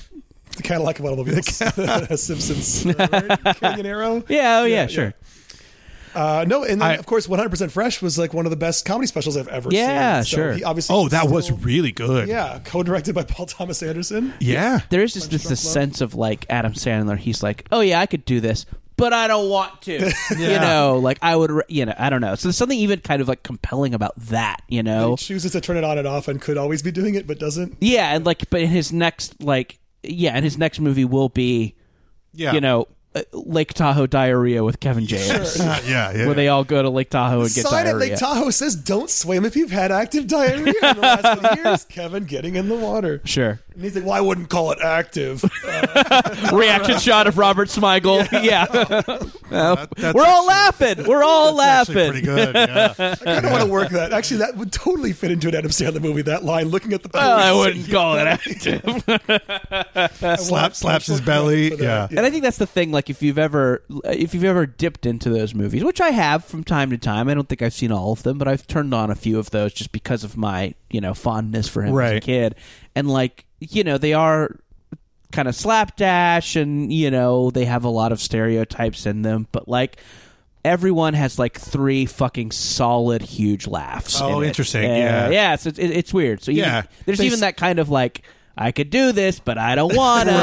Speaker 2: The Cadillac of automobiles. Simpsons. Remember? Canyon Arrow.
Speaker 4: Yeah, oh yeah, sure.
Speaker 2: Uh, no, and then
Speaker 3: I-
Speaker 2: of course, 100% Fresh was like one of the best comedy specials I've ever seen.
Speaker 4: Yeah,
Speaker 2: So
Speaker 4: sure.
Speaker 2: He obviously.
Speaker 3: Oh, that was
Speaker 2: still-
Speaker 3: really good.
Speaker 2: Yeah, co-directed by Paul Thomas Anderson.
Speaker 3: Yeah.
Speaker 4: There is just this, this sense of like Adam Sandler. He's like, oh yeah, I could do this, but I don't want to. You know, like I would. re- You know, I don't know. So there's something even kind of like compelling about that. You know,
Speaker 3: Oh.
Speaker 2: He chooses to turn it on and off and could always be doing it, but doesn't.
Speaker 4: yeah, and like, but in his next like, yeah, and his next movie will be,
Speaker 3: Yeah.
Speaker 4: you know, uh, Lake Tahoe diarrhea with Kevin James.
Speaker 3: Yeah. Uh, Yeah.
Speaker 4: Where they all go to Lake Tahoe and get
Speaker 2: Sign at
Speaker 4: diarrhea.
Speaker 2: Lake Tahoe says, "Don't swim if you've had active diarrhea in the last twenty years." Kevin getting in the water,
Speaker 4: sure.
Speaker 2: and he's like, "Well, I wouldn't call it active." Uh,
Speaker 4: reaction shot of Robert Smigel. Yeah,
Speaker 3: that's
Speaker 4: we're all laughing. We're all
Speaker 3: Actually
Speaker 4: laughing.
Speaker 3: Pretty good. Yeah.
Speaker 2: I kind of want to work that. Actually, that would totally fit into an Adam Sandler movie. That line, looking at the
Speaker 4: Well, I
Speaker 2: police.
Speaker 4: wouldn't call it active.
Speaker 3: Slap slaps his belly.
Speaker 2: For that.
Speaker 3: Yeah.
Speaker 4: And I think that's the thing. Like, if you've ever, if you've ever dipped into those movies, which I have from time to time, I don't think I've seen all of them, but I've turned on a few of those just because of my, you know, fondness for him as a
Speaker 3: Right.
Speaker 4: kid. And like, you know, they are kind of slapdash, and you know, they have a lot of stereotypes in them, but like. Everyone has like three fucking solid huge laughs.
Speaker 3: Oh,
Speaker 4: in it.
Speaker 3: interesting.
Speaker 4: Uh,
Speaker 3: Yeah.
Speaker 4: yeah. So it's, it, it's weird. So even,
Speaker 3: Yeah.
Speaker 4: there's
Speaker 3: They
Speaker 4: even
Speaker 3: s-
Speaker 4: that kind of like, I could do this, but I don't wanna.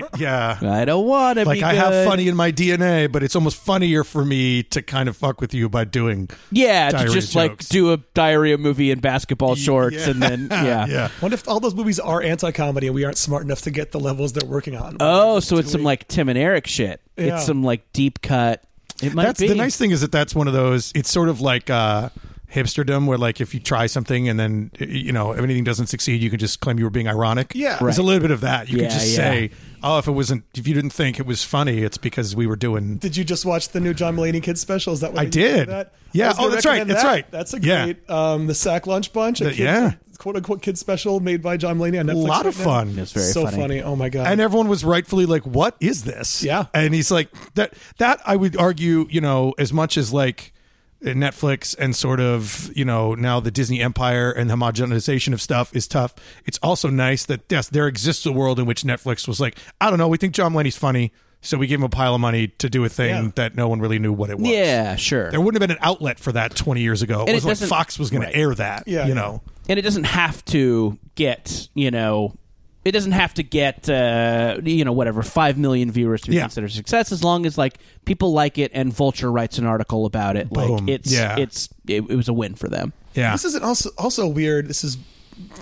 Speaker 3: Right. Yeah.
Speaker 4: I don't want to
Speaker 3: like
Speaker 4: be
Speaker 3: I have
Speaker 4: good.
Speaker 3: funny in my DNA, but it's almost funnier for me to kind of fuck with you by doing.
Speaker 4: Yeah, to
Speaker 3: diarrhea
Speaker 4: just like
Speaker 3: jokes.
Speaker 4: do a diarrhea movie in basketball shorts and then yeah.
Speaker 3: yeah.
Speaker 2: wonder if all those movies are anti-comedy and we aren't smart enough to get the levels they're working on.
Speaker 4: Oh, so it's some like Tim and Eric shit.
Speaker 2: Yeah.
Speaker 4: It's some like deep cut. It might
Speaker 3: That's
Speaker 4: be
Speaker 3: the nice thing is that that's one of those. It's sort of like uh, hipsterdom, where like if you try something and then you know if anything doesn't succeed, you can just claim you were being ironic.
Speaker 2: Yeah.
Speaker 3: there's
Speaker 2: Right.
Speaker 3: a little bit of that. You
Speaker 4: Yeah,
Speaker 3: can just
Speaker 4: yeah.
Speaker 3: say, "Oh, if it wasn't, if you didn't think it was funny, it's because we were doing."
Speaker 2: Did you just watch the new John Mulaney kids special? Is that what
Speaker 3: I
Speaker 2: you did?
Speaker 3: did.
Speaker 2: That?
Speaker 3: Yeah.
Speaker 2: I was gonna
Speaker 3: Oh, that's right.
Speaker 2: recommend
Speaker 3: That's
Speaker 2: that.
Speaker 3: right.
Speaker 2: That's a
Speaker 3: Yeah.
Speaker 2: great um, the sack lunch bunch. A
Speaker 3: The-
Speaker 2: kid,
Speaker 3: yeah.
Speaker 2: quote unquote kid special made by John Mulaney on Netflix.
Speaker 3: lot
Speaker 2: right
Speaker 3: of
Speaker 2: now.
Speaker 3: fun.
Speaker 4: It's very
Speaker 2: so
Speaker 4: funny.
Speaker 2: funny. Oh my god.
Speaker 3: and everyone was rightfully like what is this
Speaker 2: Yeah.
Speaker 3: and he's like that that i would argue you know as much as like netflix and sort of you know now the disney empire and homogenization of stuff is tough it's also nice that yes there exists a world in which netflix was like i don't know we think john mulaney's funny so we give him a pile of money to do a thing
Speaker 2: Yeah.
Speaker 3: that no one really knew what it was
Speaker 4: Yeah, sure.
Speaker 3: there wouldn't have been an outlet for that 20 years ago it
Speaker 4: And it
Speaker 3: wasn't
Speaker 4: doesn't-
Speaker 3: like fox was going
Speaker 4: Right.
Speaker 3: to air that
Speaker 2: Yeah,
Speaker 3: you
Speaker 2: yeah.
Speaker 3: know
Speaker 4: and it doesn't have to get, you know, it doesn't have to get uh, you know whatever 5 million viewers to be
Speaker 3: Yeah.
Speaker 4: considered a success as long as like people like it and Vulture writes an article about it.
Speaker 3: Boom.
Speaker 4: Like it's
Speaker 3: Yeah.
Speaker 4: it's it, it was a win for them.
Speaker 3: yeah
Speaker 2: This isn't also also weird. This is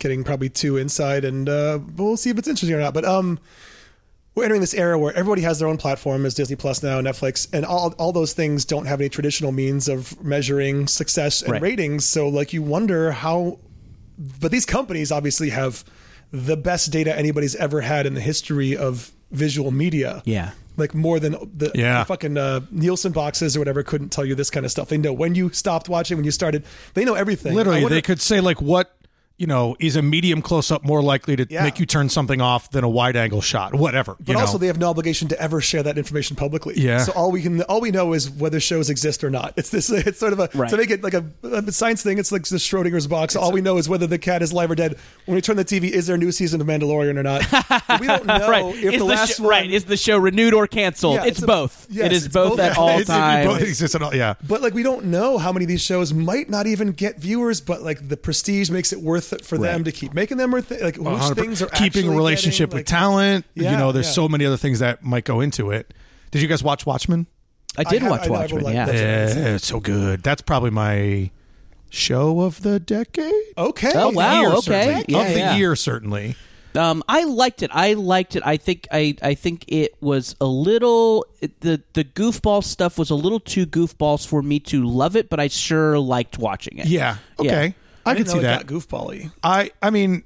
Speaker 2: getting probably too inside, and uh, we'll see if it's interesting or not. But um, we're entering this era where everybody has their own platform, as Disney Plus now, Netflix, and all all those things don't have any traditional means of measuring success and
Speaker 4: Right.
Speaker 2: ratings. So like, you wonder how. But these companies obviously have the best data anybody's ever had in the history of visual media.
Speaker 4: Yeah.
Speaker 2: Like more than the
Speaker 3: Yeah.
Speaker 2: the fucking uh, Nielsen boxes or whatever couldn't tell you this kind of stuff. They know when you stopped watching, when you started. They know everything. I
Speaker 3: Literally,
Speaker 2: wonder-
Speaker 3: they could say like what you know is a medium close up more likely to
Speaker 2: Yeah.
Speaker 3: make you turn something off than a wide angle shot, whatever.
Speaker 2: but also they have no obligation to ever share that information publicly.
Speaker 3: Yeah.
Speaker 2: So all we can, all we know is whether shows exist or not. It's this, it's sort of a
Speaker 4: Right.
Speaker 2: to make it like a, a science thing. It's like the Schrodinger's box. all we know is whether the cat is live or dead. When we turn the TV, is there a new season of Mandalorian or not? we don't know
Speaker 4: right.
Speaker 2: Oh, if
Speaker 4: is
Speaker 2: the, last
Speaker 4: sh-
Speaker 2: one.
Speaker 4: right is the show renewed or canceled?
Speaker 2: Yeah,
Speaker 4: it's,
Speaker 2: it's a-
Speaker 4: both.
Speaker 2: yes,
Speaker 4: it is
Speaker 2: it's
Speaker 4: both,
Speaker 2: both.
Speaker 4: at
Speaker 3: It's-
Speaker 4: all
Speaker 3: it- it both
Speaker 4: times.
Speaker 3: exists at all- yeah.
Speaker 2: but like we don't know how many of these shows might not even get viewers, but like the prestige makes it worth it for them
Speaker 4: Right.
Speaker 2: to keep making them. Or th- like which
Speaker 3: 100%
Speaker 2: things are
Speaker 3: keeping a
Speaker 2: actually
Speaker 3: relationship
Speaker 2: getting,
Speaker 3: with
Speaker 2: like-
Speaker 3: talent. you
Speaker 2: Yeah,
Speaker 3: know, there's
Speaker 2: yeah.
Speaker 3: so many other things that might go into it. Did you guys watch Watchmen?
Speaker 4: I did
Speaker 2: have-
Speaker 4: watch
Speaker 2: I- I would
Speaker 4: Watchmen.
Speaker 2: like
Speaker 4: yeah.
Speaker 2: that.
Speaker 3: Yeah, it's so good. That's probably my show of the decade.
Speaker 2: Okay.
Speaker 4: Oh,
Speaker 3: Of the
Speaker 4: wow,
Speaker 3: year,
Speaker 4: okay.
Speaker 3: certainly.
Speaker 4: Yeah,
Speaker 3: of the
Speaker 4: yeah.
Speaker 3: year, certainly.
Speaker 4: Um, I liked it. I liked it. I think I, I think it was a little it- the the goofball stuff was a little too goofballs for me to love it, but I sure liked watching it.
Speaker 3: Yeah. Okay. I can
Speaker 2: didn't know
Speaker 3: see
Speaker 2: it
Speaker 3: that.
Speaker 2: Got goofball-y.
Speaker 3: I I mean,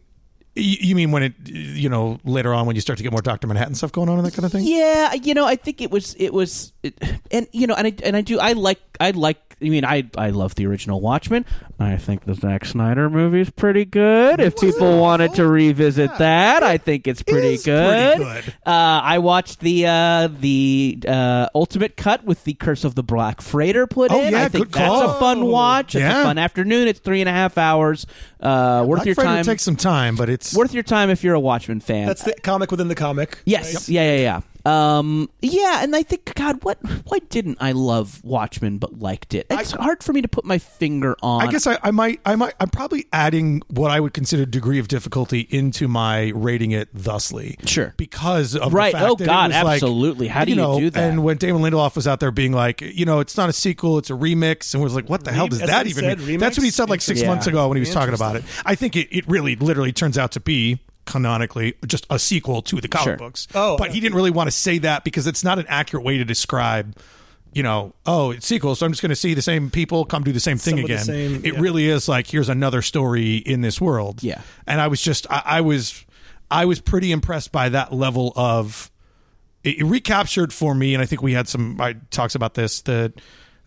Speaker 3: y- you mean when it you know later on when you start to get more Doctor Manhattan stuff going on and that kind of thing?
Speaker 4: Yeah, you know, I think it was it was, it, and you know, and I and I do I like I like. I mean, I I love the original Watchmen. I think the Zack Snyder movie is pretty good. If people wanted to revisit that, I think it's pretty
Speaker 3: is
Speaker 4: good.
Speaker 3: pretty good.
Speaker 4: Uh, I watched the uh, the uh, ultimate cut with the Curse of the Black Freighter put
Speaker 3: Oh,
Speaker 4: in.
Speaker 3: yeah,
Speaker 4: I think
Speaker 3: good
Speaker 4: that's
Speaker 3: call. Oh,
Speaker 4: a fun watch. It's
Speaker 3: Yeah.
Speaker 4: a fun afternoon. It's three and a half hours. Uh, worth
Speaker 3: Black
Speaker 4: your
Speaker 3: Friday
Speaker 4: time.
Speaker 3: takes some time, but it's
Speaker 4: worth your time if you're a Watchmen fan.
Speaker 2: That's the comic within the comic.
Speaker 4: Yes. Yeah, yeah, yeah. Um, yeah, and I think God, what? Why didn't I love Watchmen but liked it? It's hard for me to put my finger on.
Speaker 3: I guess I, I might I might I'm probably adding what I would consider degree of difficulty into my rating it thusly.
Speaker 4: Sure.
Speaker 3: Because of
Speaker 4: Right.
Speaker 3: The fact
Speaker 4: Oh,
Speaker 3: that it
Speaker 4: God,
Speaker 3: was like,
Speaker 4: absolutely. How do you
Speaker 3: know,
Speaker 4: do that?
Speaker 3: And when Damon Lindelof was out there being like, you know, it's not a sequel, it's a remix, and was like, what the hell does
Speaker 2: That's what
Speaker 3: that
Speaker 2: he
Speaker 3: even
Speaker 2: said,
Speaker 3: mean?
Speaker 2: remix?
Speaker 3: That's what he said like six
Speaker 4: Interesting.
Speaker 3: months
Speaker 4: Yeah.
Speaker 3: ago when he was talking about it. I think it, it really literally turns out to be canonically just a sequel to the comic
Speaker 4: Sure.
Speaker 3: books.
Speaker 2: Oh,
Speaker 3: but he didn't really want to say that because it's not an accurate way to describe you know, oh, it's sequel, so I'm just going to see the same people come do the same thing
Speaker 2: Some of the
Speaker 3: again.
Speaker 2: same-
Speaker 3: it
Speaker 2: yeah.
Speaker 3: really is like here's another story in this world.
Speaker 4: Yeah.
Speaker 3: and I was just I, I was I was pretty impressed by that level of it, it recaptured for me, and I think we had some I talks about this the.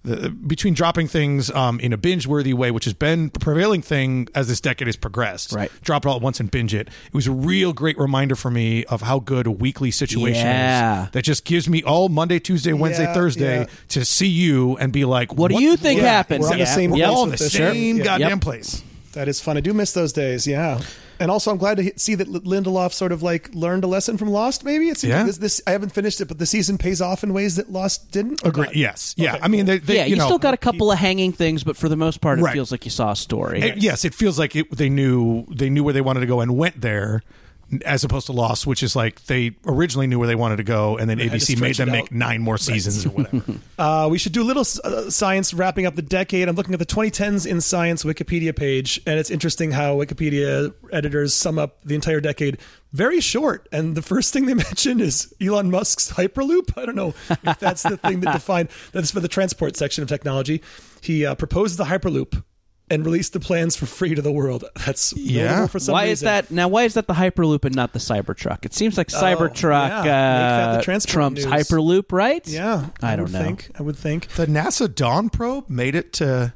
Speaker 3: The, between dropping things um, in a binge-worthy way, which has been a prevailing thing as this decade has progressed,
Speaker 4: Right.
Speaker 3: drop it all at once and binge it. It was a real great reminder for me of how good a weekly situation
Speaker 4: Yeah.
Speaker 3: is. That just gives me all Monday, Tuesday, Wednesday,
Speaker 2: Yeah,
Speaker 3: Thursday
Speaker 2: yeah.
Speaker 3: to see you and be like,
Speaker 4: What do you think
Speaker 2: Yeah,
Speaker 4: happened?
Speaker 2: we're on the
Speaker 4: Yeah.
Speaker 2: same
Speaker 3: We're
Speaker 4: Yep.
Speaker 3: all in the
Speaker 2: with this. Sure.
Speaker 3: same
Speaker 2: Yeah.
Speaker 3: goddamn
Speaker 4: Yep.
Speaker 3: place.
Speaker 2: That is fun. I do miss those days. Yeah. And also, I'm glad to he- see that L- Lindelof sort of like learned a lesson from Lost. Maybe it's
Speaker 3: Yeah.
Speaker 2: this, this. I haven't finished it, but the season pays off in ways that Lost didn't. or
Speaker 3: Agree.
Speaker 2: not.
Speaker 3: Yes. Yeah.
Speaker 2: Okay,
Speaker 3: I mean, they, they,
Speaker 4: yeah, you,
Speaker 3: you, know,
Speaker 4: still got a couple of hanging things, but for the most part, it
Speaker 3: Right.
Speaker 4: feels like you saw a story.
Speaker 3: it- yes, it feels like it, they knew they knew where they wanted to go and went there, as opposed to Lost, which is like they originally knew where they wanted to go, and then
Speaker 2: had to
Speaker 3: ABC made
Speaker 2: stretch
Speaker 3: them
Speaker 2: it
Speaker 3: make
Speaker 2: out.
Speaker 3: nine more seasons or whatever.
Speaker 2: Uh, we should do a little s- uh, science wrapping up the decade. I'm looking at the 2010s in science Wikipedia page, and it's interesting how Wikipedia editors sum up the entire decade very short. And the first thing they mention is Elon Musk's Hyperloop. I don't know if that's the thing that defined that's for the transport section of technology. He uh, proposed the Hyperloop and released the plans for free to the world. That's
Speaker 3: Yeah.
Speaker 2: notable for some
Speaker 4: Why is
Speaker 2: reason. Oh,
Speaker 4: that now? Why is that the Hyperloop and not the Cybertruck? It seems like Cybertruck
Speaker 2: yeah. Make that the
Speaker 4: uh,
Speaker 2: transport
Speaker 4: trumps
Speaker 2: news.
Speaker 4: Hyperloop, right?
Speaker 2: Yeah,
Speaker 4: I don't
Speaker 2: would
Speaker 4: know.
Speaker 2: Think, I would think.
Speaker 3: the NASA Dawn probe made it to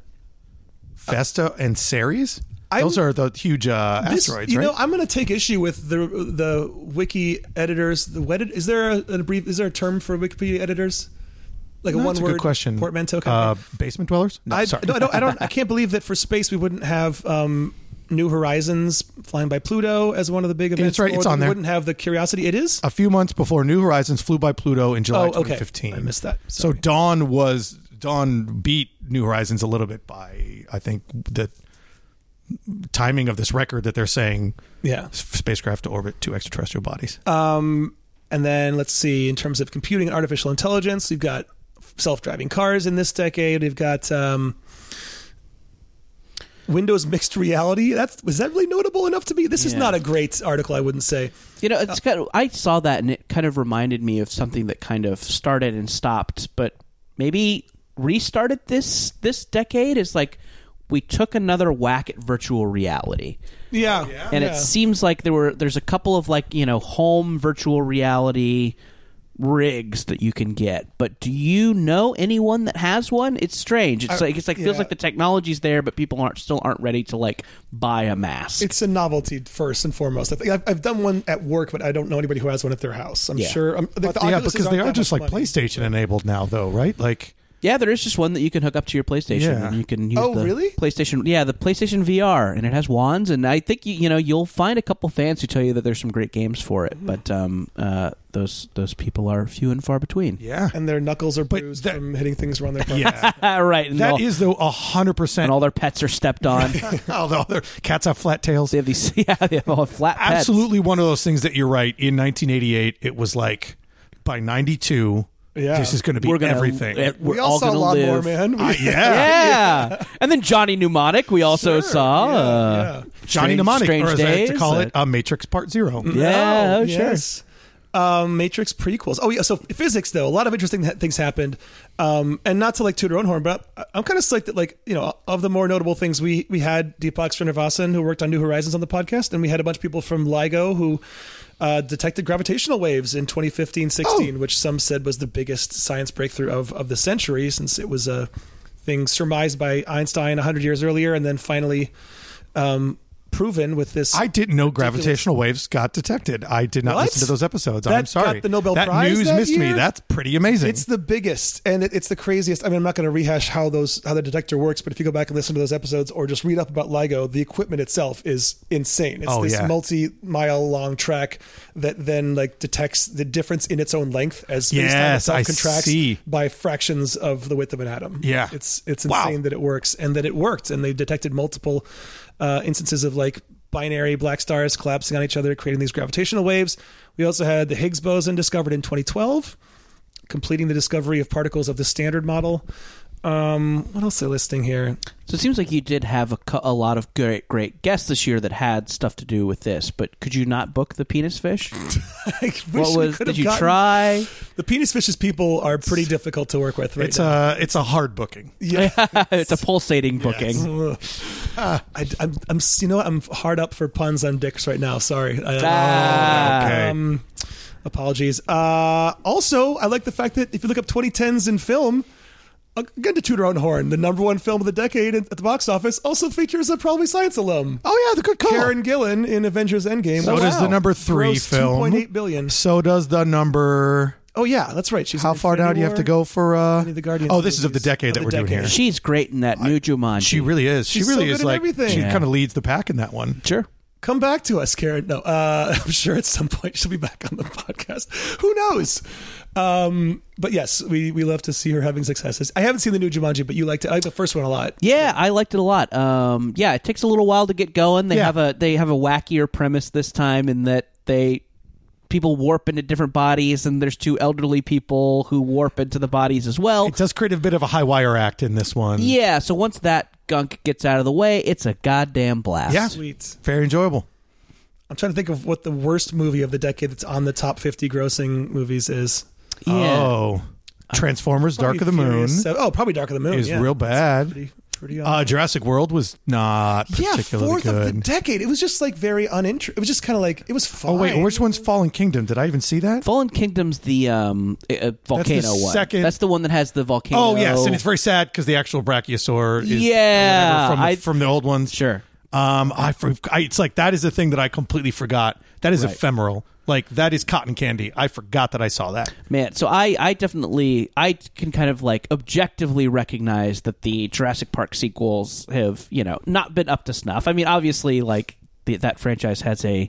Speaker 3: Vesta and Ceres. Those are the huge uh,
Speaker 2: This-
Speaker 3: asteroids,
Speaker 2: you
Speaker 3: right?
Speaker 2: know, I'm going to take issue with the the wiki editors. The wedded is there a, a brief? Is there a term for Wikipedia editors? Like a
Speaker 3: No,
Speaker 2: one
Speaker 3: that's
Speaker 2: word
Speaker 3: a good question.
Speaker 2: portmanteau. kind
Speaker 3: Uh,
Speaker 2: of thing?
Speaker 3: basement dwellers? No,
Speaker 2: I,
Speaker 3: sorry.
Speaker 2: no, I don't. I don't. I can't believe that for space we wouldn't have um, New Horizons flying by Pluto as one of the big events.
Speaker 3: right,
Speaker 2: or
Speaker 3: it's
Speaker 2: that
Speaker 3: on
Speaker 2: we
Speaker 3: there. Uh,
Speaker 2: Wouldn't have the Curiosity. It is.
Speaker 3: a few months before New Horizons flew by Pluto in July
Speaker 2: Oh, okay.
Speaker 3: 2015.
Speaker 2: I missed that.
Speaker 3: So Dawn was Dawn beat New Horizons a little bit by I think the timing of this record that they're saying
Speaker 2: Yeah.
Speaker 3: s- spacecraft to orbit two extraterrestrial bodies.
Speaker 2: And then let's see, in terms of computing and artificial intelligence, we've got self-driving cars in this decade. We've got um, Windows mixed reality. That's was that really notable enough to be? This is
Speaker 4: Yeah.
Speaker 2: not a great article, I wouldn't say.
Speaker 4: You know, it's kind of, I saw that and it kind of reminded me of something that kind of started and stopped, but maybe restarted this this decade is like we took another whack at virtual reality.
Speaker 2: Yeah,
Speaker 4: And it seems like there were there's a couple of like, you know, home virtual reality rigs that you can get. But do you know anyone that has one? It's strange. It's like it's like feels
Speaker 2: yeah.
Speaker 4: like the technology's there but people aren't still aren't ready to like buy a mask.
Speaker 2: it's a novelty first and foremost. I think I've, I've done one at work, but I don't know anybody who has one at their house. I'm
Speaker 4: Yeah.
Speaker 2: sure. I'm, the,
Speaker 3: yeah,
Speaker 2: Oculuses
Speaker 3: because
Speaker 2: aren't
Speaker 3: they are
Speaker 2: that
Speaker 3: just
Speaker 2: much
Speaker 3: like
Speaker 2: money.
Speaker 3: PlayStation enabled now, though, right? Like
Speaker 4: Yeah, there is just one that you can hook up to your PlayStation
Speaker 3: Yeah.
Speaker 4: and you can use
Speaker 2: Oh,
Speaker 4: the
Speaker 2: really?
Speaker 4: PlayStation. Yeah, the PlayStation VR and it has wands and I think you you know you'll find a couple fans who tell you that there's some great games for it, but um uh those those people are few and far between.
Speaker 3: yeah,
Speaker 2: and their knuckles are bruised
Speaker 3: that-
Speaker 2: from hitting things around their. Car.
Speaker 3: yeah.
Speaker 4: right. And all,
Speaker 3: That is though a hundred
Speaker 4: and
Speaker 3: percent.
Speaker 4: all their pets are stepped on.
Speaker 3: Although their cats have flat tails,
Speaker 4: they have these yeah, they have all flat pets.
Speaker 3: absolutely one of those things that you're right. In 1988, it was like by 92,
Speaker 2: Yeah.
Speaker 3: this is going to be
Speaker 4: we're gonna
Speaker 3: everything. Uh,
Speaker 4: eh, We're
Speaker 2: we all,
Speaker 4: all
Speaker 2: saw
Speaker 4: gonna
Speaker 2: Lawnmower
Speaker 4: live.
Speaker 2: Man. We-
Speaker 3: yeah.
Speaker 4: Yeah. and then Johnny Mnemonic, we also
Speaker 2: Sure,
Speaker 4: saw.
Speaker 2: yeah,
Speaker 4: uh,
Speaker 2: yeah.
Speaker 3: Johnny
Speaker 4: Strange-
Speaker 3: Mnemonic,
Speaker 4: Strange
Speaker 3: or as I like to
Speaker 4: Days,
Speaker 3: call
Speaker 4: uh,
Speaker 3: it, uh, Matrix Part Zero.
Speaker 4: Yeah,
Speaker 2: Oh,
Speaker 4: oh, sure.
Speaker 2: yes. Um, Matrix prequels. Oh yeah. So physics, though, a lot of interesting ha- things happened, um, and not to like toot our own horn, but I- I'm kind of psyched that like you know of the more notable things we we had Deepak Srinivasan who worked on New Horizons on the podcast, and we had a bunch of people from LIGO who uh, detected gravitational waves in 2015-16, which some said was the biggest science breakthrough of of the century, since it was a thing surmised by Einstein 100 years earlier, and then finally. Um, proven with this
Speaker 3: I didn't know gravitational waves got detected. I did not
Speaker 2: What?
Speaker 3: listen to those episodes.
Speaker 2: That
Speaker 3: I'm sorry.
Speaker 2: got the Nobel
Speaker 3: that
Speaker 2: Prize
Speaker 3: news
Speaker 2: that
Speaker 3: missed me.
Speaker 2: year?
Speaker 3: That's pretty amazing.
Speaker 2: It's the biggest, and it, it's the craziest. I mean, I'm not going to rehash how those how the detector works, but if you go back and listen to those episodes, or just read up about LIGO, the equipment itself is insane. It's
Speaker 3: Oh,
Speaker 2: this
Speaker 3: yeah.
Speaker 2: multi-mile long track that then like detects the difference in its own length as space
Speaker 3: Yes,
Speaker 2: itself
Speaker 3: I
Speaker 2: contracts
Speaker 3: see.
Speaker 2: by fractions of the width of an atom.
Speaker 3: Yeah.
Speaker 2: it's it's
Speaker 3: Wow.
Speaker 2: insane that it works, and that it worked, and they detected multiple uh, instances of like binary black stars collapsing on each other, creating these gravitational waves. We also had the Higgs boson discovered in 2012 completing the discovery of particles of the standard model. Um, what else are they listing here?
Speaker 4: So it seems like you did have a, cou- a lot of great, great guests this year that had stuff to do with this, but could you not book the penis fish?
Speaker 2: I wish
Speaker 4: what
Speaker 2: we
Speaker 4: was?
Speaker 2: could
Speaker 4: Did
Speaker 2: have
Speaker 4: you
Speaker 2: gotten-
Speaker 4: try?
Speaker 2: The penis fishes people are pretty difficult to work with right
Speaker 3: it's
Speaker 2: now.
Speaker 3: a it's a hard booking.
Speaker 2: yeah.
Speaker 4: it's a pulsating booking.
Speaker 2: Ugh. Ah, I, am I'm, you know, what? I'm hard up for puns on dicks right now. Sorry. I-
Speaker 4: Ah.
Speaker 3: Okay.
Speaker 2: Um, apologies. Uh, also, I like the fact that if you look up 2010s in film, again to toot our own horn, the number one film of the decade at at the box office also features a probably science alum.
Speaker 3: Oh yeah, the good call.
Speaker 2: Karen Gillan in Avengers Endgame.
Speaker 3: so
Speaker 2: was
Speaker 3: does the number three
Speaker 2: grossed
Speaker 3: film.
Speaker 2: 2.8 billion.
Speaker 3: So does the number.
Speaker 2: Oh yeah, that's right. She's
Speaker 3: How
Speaker 2: in
Speaker 3: far down do you
Speaker 2: Infinity
Speaker 3: have to
Speaker 2: War.
Speaker 3: go for? Uh,
Speaker 2: of the Guardians
Speaker 3: oh, this is of the
Speaker 2: movies.
Speaker 3: decade
Speaker 2: Of
Speaker 3: that
Speaker 2: the
Speaker 3: we're doing
Speaker 2: decade.
Speaker 3: here.
Speaker 4: She's great in that new Jumanji.
Speaker 3: She really is.
Speaker 2: She's
Speaker 3: she really
Speaker 2: so
Speaker 3: is
Speaker 2: good at
Speaker 3: like
Speaker 2: everything.
Speaker 3: she
Speaker 2: Yeah.
Speaker 3: kind of leads the pack in that one.
Speaker 4: sure.
Speaker 2: Come back to us, Karen. No, uh, I'm sure at some point she'll be back on the podcast. Who knows? Um, but yes, we we love to see her having successes. I haven't seen the new Jumanji, but you liked it. I like the first one a lot.
Speaker 4: Yeah, I liked it a lot. Um, yeah, it takes a little while to get going. They
Speaker 3: Yeah.
Speaker 4: have a they have a wackier premise this time in that they people warp into different bodies, and there's two elderly people who warp into the bodies as well.
Speaker 3: It does create a bit of a high wire act in this one.
Speaker 4: Yeah, so once that gunk gets out of the way, it's a goddamn blast.
Speaker 3: Yeah.
Speaker 2: Sweet.
Speaker 3: Very enjoyable.
Speaker 2: I'm trying to think of what the worst movie of the decade that's on the top 50 grossing movies is.
Speaker 4: Yeah.
Speaker 3: Oh, Transformers: Dark of the
Speaker 2: Probably
Speaker 3: Moon
Speaker 2: Furious Seven- Oh, probably Dark of the Moon.
Speaker 3: is
Speaker 2: yeah.
Speaker 3: real bad.
Speaker 2: Pretty, pretty awful.
Speaker 3: Uh, Jurassic World was not
Speaker 2: yeah,
Speaker 3: particularly
Speaker 2: fourth
Speaker 3: good.
Speaker 2: of the decade. It was just like very uninteresting. It was just kind of like it was fine.
Speaker 3: oh wait, which one's Fallen Kingdom? Did I even see that?
Speaker 4: Fallen Kingdom's the um uh, uh, volcano one.
Speaker 3: second-
Speaker 4: That's the one that has the volcano.
Speaker 3: Oh yes, and it's very sad because the actual brachiosaur is
Speaker 4: Yeah,
Speaker 3: or whatever from the,
Speaker 4: I-
Speaker 3: from the old ones.
Speaker 4: sure.
Speaker 3: Um, I, for- I it's like that is a thing that I completely forgot. That is ephemeral. Like that is cotton candy. I forgot that I saw that.
Speaker 4: Man, so I, I definitely I can kind of like objectively recognize that the Jurassic Park sequels have you know not been up to snuff. I mean, obviously, like the, that franchise has a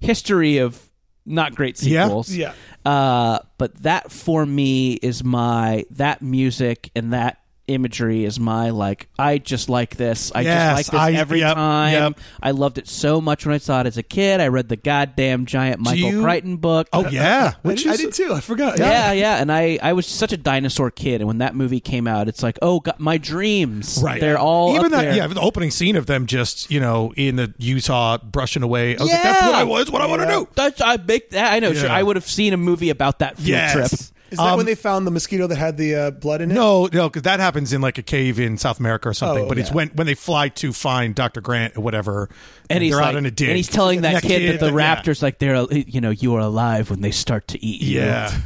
Speaker 4: history of not great
Speaker 3: Yeah.
Speaker 4: sequels.
Speaker 2: Yeah.
Speaker 4: Uh, but that for me is my that music and that imagery is my like I just like this. I
Speaker 3: Yes,
Speaker 4: just like this
Speaker 3: I-
Speaker 4: every
Speaker 3: yep,
Speaker 4: time.
Speaker 3: yep.
Speaker 4: I loved it so much when I saw it as a kid. I read the goddamn giant Michael
Speaker 3: you-
Speaker 4: Crichton book.
Speaker 3: Oh yeah,
Speaker 2: I,
Speaker 3: which
Speaker 2: did, I
Speaker 3: is
Speaker 2: did too. I forgot.
Speaker 4: Yeah, yeah, and I, I was such a dinosaur kid, and when that movie came out, it's like, oh, God, my dreams,
Speaker 3: right.
Speaker 4: They're all
Speaker 3: even
Speaker 4: up
Speaker 3: that.
Speaker 4: there.
Speaker 3: Yeah, the opening scene of them just you know in the Utah brushing away. I was like, that's
Speaker 4: Yeah.
Speaker 3: what I was. What I want to do.
Speaker 4: That's, I make that. I know. Sure,
Speaker 3: Yeah.
Speaker 4: I would have seen a movie about that field
Speaker 3: Yes.
Speaker 4: trip.
Speaker 2: Is that
Speaker 3: Um,
Speaker 2: when they found the mosquito that had the uh, blood in it?
Speaker 3: No, no, because that happens in like a cave in South America or something.
Speaker 2: Oh,
Speaker 3: but it's
Speaker 2: yeah.
Speaker 3: when when they fly to find Doctor Grant or whatever,
Speaker 4: And he's
Speaker 3: they're
Speaker 4: like,
Speaker 3: out in a dig,
Speaker 4: and he's telling that, kid, that the
Speaker 3: yeah.
Speaker 4: raptors, like, they're, uh, you know, you are alive when they start to eat you.
Speaker 3: Yeah.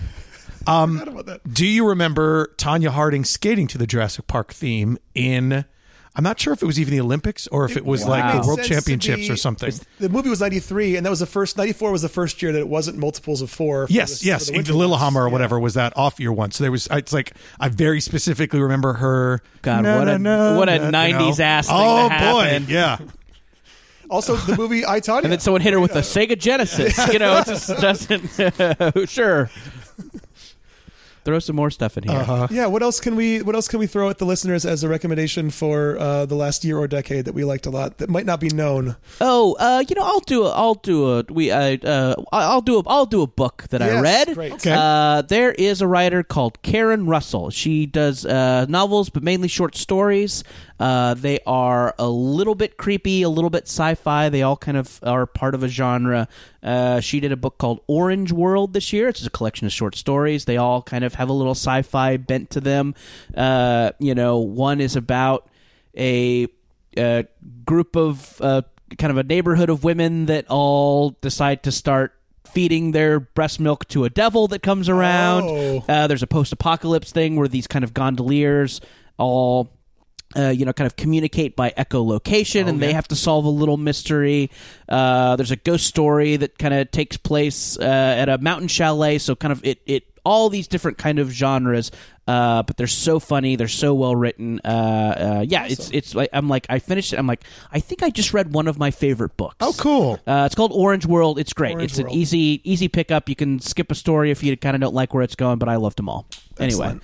Speaker 3: Um,
Speaker 2: I forgot about that.
Speaker 3: Do you remember Tanya Harding skating to the Jurassic Park theme in? I'm not sure if it was even the Olympics or if it, was
Speaker 4: Wow.
Speaker 3: like
Speaker 4: made
Speaker 3: the World
Speaker 2: sense to
Speaker 3: Championships
Speaker 2: be-
Speaker 3: or something.
Speaker 2: The movie was '93, and that was the first. '94 was the first year that it wasn't multiples of four. for
Speaker 3: Yes,
Speaker 2: the-
Speaker 3: yes,
Speaker 2: for
Speaker 3: in
Speaker 2: winter
Speaker 3: Lillehammer
Speaker 2: ones.
Speaker 3: or whatever was that off year one. So there was, it's like I very specifically remember her.
Speaker 4: God, what a- what a 90s ass thing to
Speaker 3: Oh
Speaker 4: happen.
Speaker 3: boy, yeah.
Speaker 2: Yeah. Also, the movie I Tanya.
Speaker 4: And then someone hit her with a Sega Genesis. You know, it just doesn't. sure. Throw some more stuff in here.
Speaker 3: uh,
Speaker 2: Yeah, what else can we what else can we throw at the listeners as a recommendation for uh, the last year or decade that we liked a lot that might not be known?
Speaker 4: Oh, uh, you know, I'll do a, I'll do a, we, I, uh, I'll do a, I'll do a book that I
Speaker 2: Yes,
Speaker 4: read.
Speaker 2: great.
Speaker 3: Okay.
Speaker 4: Uh, there is a writer called Karen Russell. She does uh, novels, but mainly short stories. Uh, they are a little bit creepy, a little bit sci-fi. They all kind of are part of a genre. Uh, she did a book called Orange World this year. It's just a collection of short stories. They all kind of have a little sci-fi bent to them. Uh, you know, one is about a, uh group of uh, kind of a neighborhood of women that all decide to start feeding their breast milk to a devil that comes around.
Speaker 2: Oh.
Speaker 4: Uh, there's a post-apocalypse thing where these kind of gondoliers all. Uh, you know, kind of communicate by
Speaker 2: Oh,
Speaker 4: echolocation, and they have to solve a little mystery. Uh, there's a ghost story that kind of takes place uh, at a mountain chalet, so kind of it, it all these different kind of genres. Uh, but they're so funny, they're so well written. Uh, uh, yeah, it's it's like I'm like I finished it. I'm like I think I just read one of my favorite books.
Speaker 3: Oh, cool.
Speaker 4: Uh, it's called Orange World. It's great.
Speaker 2: Orange
Speaker 4: it's
Speaker 2: World.
Speaker 4: an easy easy pickup. You can skip a story if you kind of don't like where it's going, but I loved them all. Anyway,
Speaker 2: Excellent.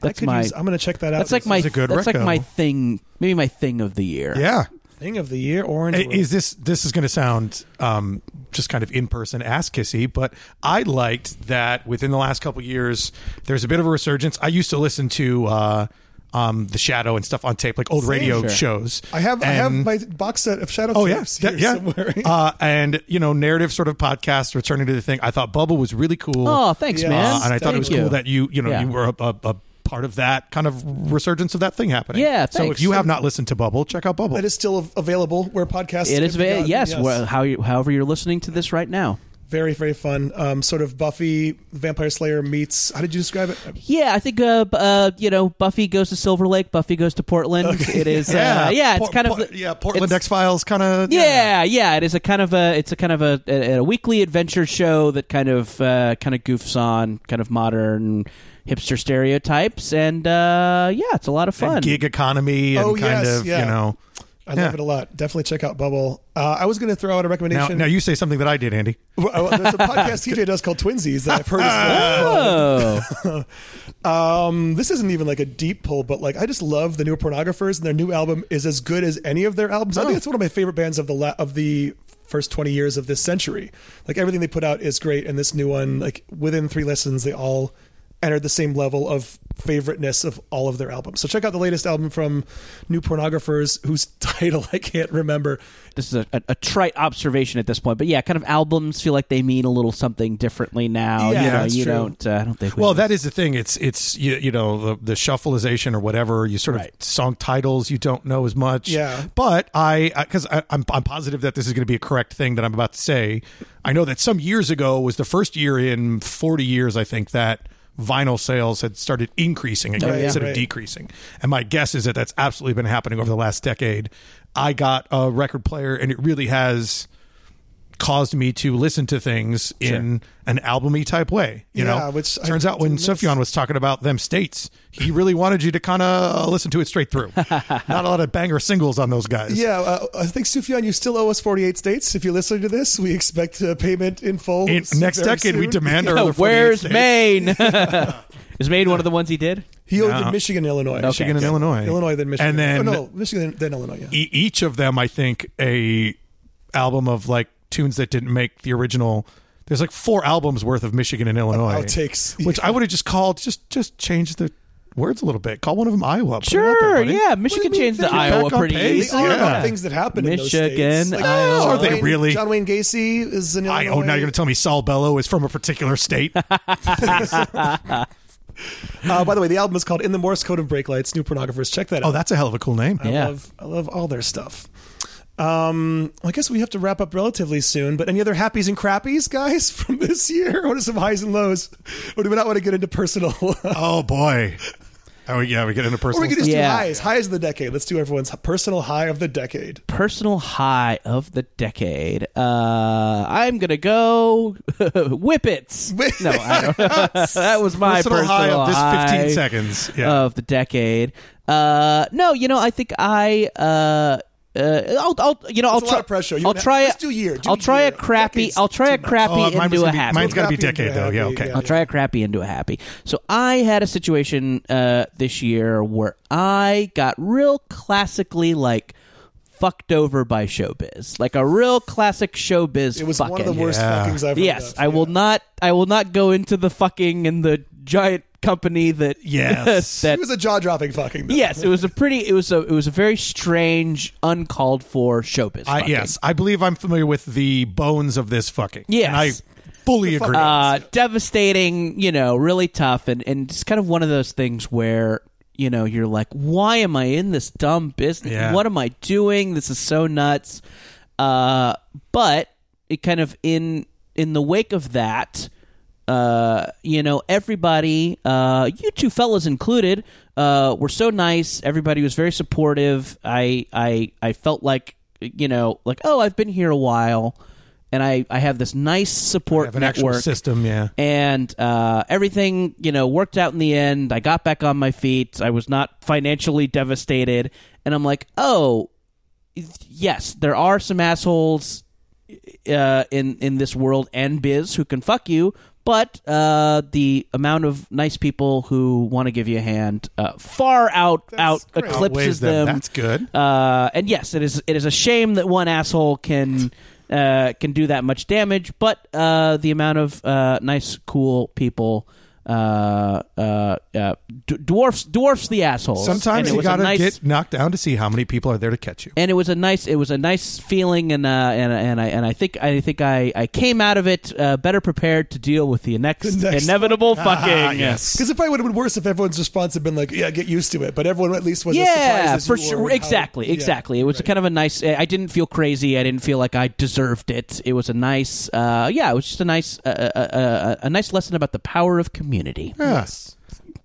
Speaker 4: that's
Speaker 2: I could
Speaker 4: my
Speaker 2: use, I'm going to check that out.
Speaker 4: that's like my
Speaker 3: a good
Speaker 4: that's like
Speaker 3: reco.
Speaker 4: my thing. Maybe my thing of the year.
Speaker 3: Yeah.
Speaker 2: thing of the year. Orange
Speaker 3: I-
Speaker 2: World.
Speaker 3: Is this this is going to sound um, just kind of in person ass kissy? But I liked that within the last couple years, there's a bit of a resurgence. I used to listen to uh, um, the Shadow and stuff on tape, like old radio
Speaker 4: Sure.
Speaker 3: shows.
Speaker 2: I have I have
Speaker 3: And-
Speaker 2: my box set of Shadow
Speaker 3: Oh
Speaker 2: Tapes
Speaker 3: yes, yeah,
Speaker 2: here
Speaker 3: yeah.
Speaker 2: somewhere.
Speaker 3: uh, and you know, narrative sort of podcasts returning to the thing. I thought Bubble was really cool.
Speaker 4: Oh, thanks,
Speaker 2: Yeah.
Speaker 4: man.
Speaker 3: Uh, and I thought
Speaker 4: Thank
Speaker 3: it was
Speaker 4: you.
Speaker 3: cool that you you know
Speaker 4: Yeah.
Speaker 3: you were a, a, a part of that kind of resurgence of that thing happening.
Speaker 4: Yeah,
Speaker 3: So if
Speaker 4: thanks.
Speaker 3: you have not listened to Bubble, check out Bubble.
Speaker 2: That is still av- available where podcasts.
Speaker 4: It
Speaker 2: can
Speaker 4: is
Speaker 2: be
Speaker 4: very
Speaker 2: gotten.
Speaker 4: yes. Well, how you, however you're listening to this right now.
Speaker 2: very very fun. Um, sort of Buffy, Vampire Slayer meets. How did you describe it?
Speaker 4: Yeah, I think uh, b- uh you know Buffy goes to Silver Lake, Buffy goes to Portland. It is yeah, uh, yeah. It's
Speaker 3: Por-
Speaker 4: kind
Speaker 3: Por-
Speaker 4: of
Speaker 3: yeah, Portland
Speaker 4: it's-
Speaker 3: X Files kind of
Speaker 4: Yeah, yeah, it is a kind of a it's a kind of a, a, a weekly adventure show that kind of uh, kind of goofs on kind of modern hipster stereotypes, and uh, yeah, it's a lot of fun.
Speaker 3: and gig economy and
Speaker 2: Oh,
Speaker 3: kind
Speaker 2: yes,
Speaker 3: of
Speaker 2: yeah.
Speaker 3: you know.
Speaker 2: I
Speaker 3: Yeah.
Speaker 2: love it a lot. Definitely check out Bubble. Uh, I was going to throw out a
Speaker 3: Now,
Speaker 2: recommendation.
Speaker 3: now you say something that I did, Andy.
Speaker 2: Well, there's a podcast TJ does called Twinsies that I've heard. Is really fun.
Speaker 4: oh,
Speaker 2: Um, this isn't even like a deep pull, but like I just love the new pornographers, and their new album is as good as any of their albums. I
Speaker 3: Oh.
Speaker 2: think it's one of my favorite bands of the la- of the first twenty years of this century. Like everything they put out is great, and this new one, like within three listens, they all entered the same level of favoriteness of all of their albums. So check out the latest album from New Pornographers, whose title I can't remember.
Speaker 4: this is a, a, a trite observation at this point, but yeah, kind of albums feel like they mean a little something differently now.
Speaker 2: Yeah,
Speaker 4: you know,
Speaker 2: that's
Speaker 4: you
Speaker 2: true.
Speaker 4: don't. Uh, I don't think. we
Speaker 3: Well,
Speaker 4: have-
Speaker 3: that is the thing. It's it's you, you know the, the shuffleization or whatever. You sort
Speaker 4: Right.
Speaker 3: of song titles you don't know as much.
Speaker 2: Yeah.
Speaker 3: But I because I, I'm I'm positive that this is going to be a correct thing that I'm about to say. I know that some years ago was the first year in 40 years I think that vinyl sales had started increasing again
Speaker 2: Right,
Speaker 3: instead
Speaker 2: Oh, right.
Speaker 3: of decreasing. And my guess is that that's absolutely been happening over the last decade. I got a record player and it really has caused me to listen to things in an albumy type way. You
Speaker 2: Yeah,
Speaker 3: know,
Speaker 2: which I
Speaker 3: turns out when
Speaker 2: didn't miss.
Speaker 3: Sufjan was talking about them states, he really wanted you to kind of listen to it straight through. Not a lot of banger singles on those guys.
Speaker 2: Yeah, uh, I think Sufjan, you still owe us 48 states. If you're listening to this, we expect uh, payment in full.
Speaker 3: In,
Speaker 2: s-
Speaker 3: next
Speaker 2: very
Speaker 3: decade, we
Speaker 2: soon.
Speaker 3: demand our other 48
Speaker 4: where's
Speaker 3: states.
Speaker 4: Maine? is Maine one of the ones he did?
Speaker 2: He owed
Speaker 3: No.
Speaker 2: in Michigan, Illinois.
Speaker 3: Michigan and Illinois.
Speaker 2: Illinois, then Michigan.
Speaker 3: And then
Speaker 2: oh, no, Michigan, then Illinois. Yeah.
Speaker 3: e- each of them, I think, a album of like tunes that didn't make the original. There's like four albums worth of Michigan and Illinois
Speaker 2: outtakes.
Speaker 3: which I would have just called just just change the words a little bit. Call one of them Iowa. Put it out there,
Speaker 4: Sure,
Speaker 3: buddy.
Speaker 4: yeah. Michigan
Speaker 2: mean,
Speaker 4: changed
Speaker 2: they
Speaker 4: the
Speaker 2: get back
Speaker 4: Iowa
Speaker 3: on
Speaker 4: pretty
Speaker 3: pace?
Speaker 2: It's
Speaker 4: easy.
Speaker 2: all
Speaker 3: Yeah.
Speaker 2: about things that happen in
Speaker 4: Michigan,
Speaker 2: those states.
Speaker 4: Iowa.
Speaker 2: John
Speaker 3: Are they
Speaker 2: Wayne-
Speaker 3: really?
Speaker 2: John Wayne Gacy is in Illinois.
Speaker 3: I, oh, now you're going to tell me Saul Bellow is from a particular state.
Speaker 2: Uh, by the way, the album is called "In the Morse Code of Brake Lights." New pornographers, check that out.
Speaker 3: oh, that's a hell of a cool name.
Speaker 2: I
Speaker 4: Yeah.
Speaker 2: love I love all their stuff. Um, well, I guess we have to wrap up relatively soon. But any other happies and crappies, guys, from this year? What are some highs and lows? Or do we not want to get into personal? or
Speaker 3: Oh boy. Oh yeah, we get into personal.
Speaker 2: we can just
Speaker 4: Yeah.
Speaker 2: do highs. Highs of the decade. Let's do everyone's personal high of the decade.
Speaker 4: personal high of the decade. Uh, I'm gonna go whippets. no, I don't know. that was my
Speaker 3: Personal
Speaker 4: personal,
Speaker 3: high of this 15
Speaker 4: high
Speaker 3: seconds. Yeah.
Speaker 4: of the decade. Uh, no, you know, I think I. Uh, Uh, I'll, I'll, you know, I'll
Speaker 2: a
Speaker 4: try.
Speaker 2: lot of pressure. You
Speaker 4: I'll
Speaker 2: would have-
Speaker 4: try.
Speaker 2: let's do year. Do
Speaker 4: I'll try
Speaker 2: year.
Speaker 4: a crappy.
Speaker 2: Decade's
Speaker 4: I'll try a
Speaker 2: too much.
Speaker 4: crappy
Speaker 3: Oh, mine was
Speaker 4: into a
Speaker 3: gonna be-
Speaker 4: happy.
Speaker 3: mine's gotta be
Speaker 2: Happy
Speaker 3: decade though.
Speaker 2: and
Speaker 3: Yeah,
Speaker 2: happy,
Speaker 3: okay.
Speaker 2: yeah.
Speaker 4: I'll try a crappy into a happy. So I had a situation uh, this year where I got real classically like fucked over by showbiz, like a real classic showbiz.
Speaker 2: It was
Speaker 4: fucking.
Speaker 2: one of the worst
Speaker 3: Yeah.
Speaker 2: fuckings I've
Speaker 4: Yes,
Speaker 2: heard of.
Speaker 4: I will not. I will not go into the fucking and the giant company that.
Speaker 3: Yes.
Speaker 4: that
Speaker 2: It was a jaw dropping fucking. though.
Speaker 4: yes, it was a pretty. It was a. It was a very strange, uncalled for showbiz.
Speaker 3: I,
Speaker 4: fucking.
Speaker 3: yes, I believe I'm familiar with the bones of this fucking.
Speaker 4: Yes.
Speaker 3: and I fully agree.
Speaker 4: uh, devastating, you know, really tough, and and it's kind of one of those things where you know you're like, why am I in this dumb business?
Speaker 3: Yeah.
Speaker 4: What am I doing? This is so nuts. Uh, but it kind of in in the wake of that, uh, you know, everybody, uh, you two fellas included, uh, were so nice. Everybody was very supportive. I I I felt like you know, like oh, I've been here a while. And I, I have this nice support
Speaker 3: I have an actual
Speaker 4: network
Speaker 3: system. Yeah,
Speaker 4: and uh, everything you know worked out in the end. I got back on my feet. I was not financially devastated, and I'm like, oh, yes, there are some assholes uh, in in this world and biz who can fuck you, but uh, the amount of nice people who want to give you a hand uh, far out out
Speaker 2: great.
Speaker 4: eclipses
Speaker 3: Outweighs them. That's good.
Speaker 4: uh, and yes, it is. It is a shame that one asshole can uh, can do that much damage. But uh, the amount of uh, nice, cool people uh, uh, uh, d- dwarfs dwarfs the assholes. And
Speaker 3: Sometimes
Speaker 4: it
Speaker 3: you
Speaker 4: was a
Speaker 3: gotta
Speaker 4: nice-
Speaker 3: get knocked down to see how many people are there to catch you.
Speaker 4: and it was a nice it was a nice feeling and uh, and and I and I think I think I, I came out of it uh, better prepared to deal with the next,
Speaker 2: The next
Speaker 4: inevitable
Speaker 3: Ah,
Speaker 4: fucking
Speaker 2: Because it probably would have been worse if everyone's response had been like, "Yeah, get used to it," but everyone at least was
Speaker 4: yeah
Speaker 2: as surprised as
Speaker 4: for
Speaker 2: you were
Speaker 4: sure
Speaker 2: with how-
Speaker 4: exactly
Speaker 2: Yeah.
Speaker 4: exactly it was kind of a nice eh, i didn't feel crazy i didn't feel like i deserved it it was a nice uh yeah it was just a nice uh, uh, uh, a nice lesson about the power of community
Speaker 3: Yes.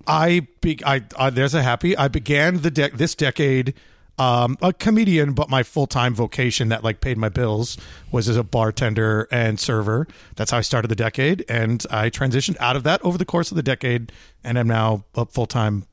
Speaker 3: I, be- I, I there's a happy. I began the dec this decade um, a comedian, but my full time vocation that like paid my bills was as a bartender and server. That's how I started the decade, and I transitioned out of that over the course of the decade, and I'm now a full time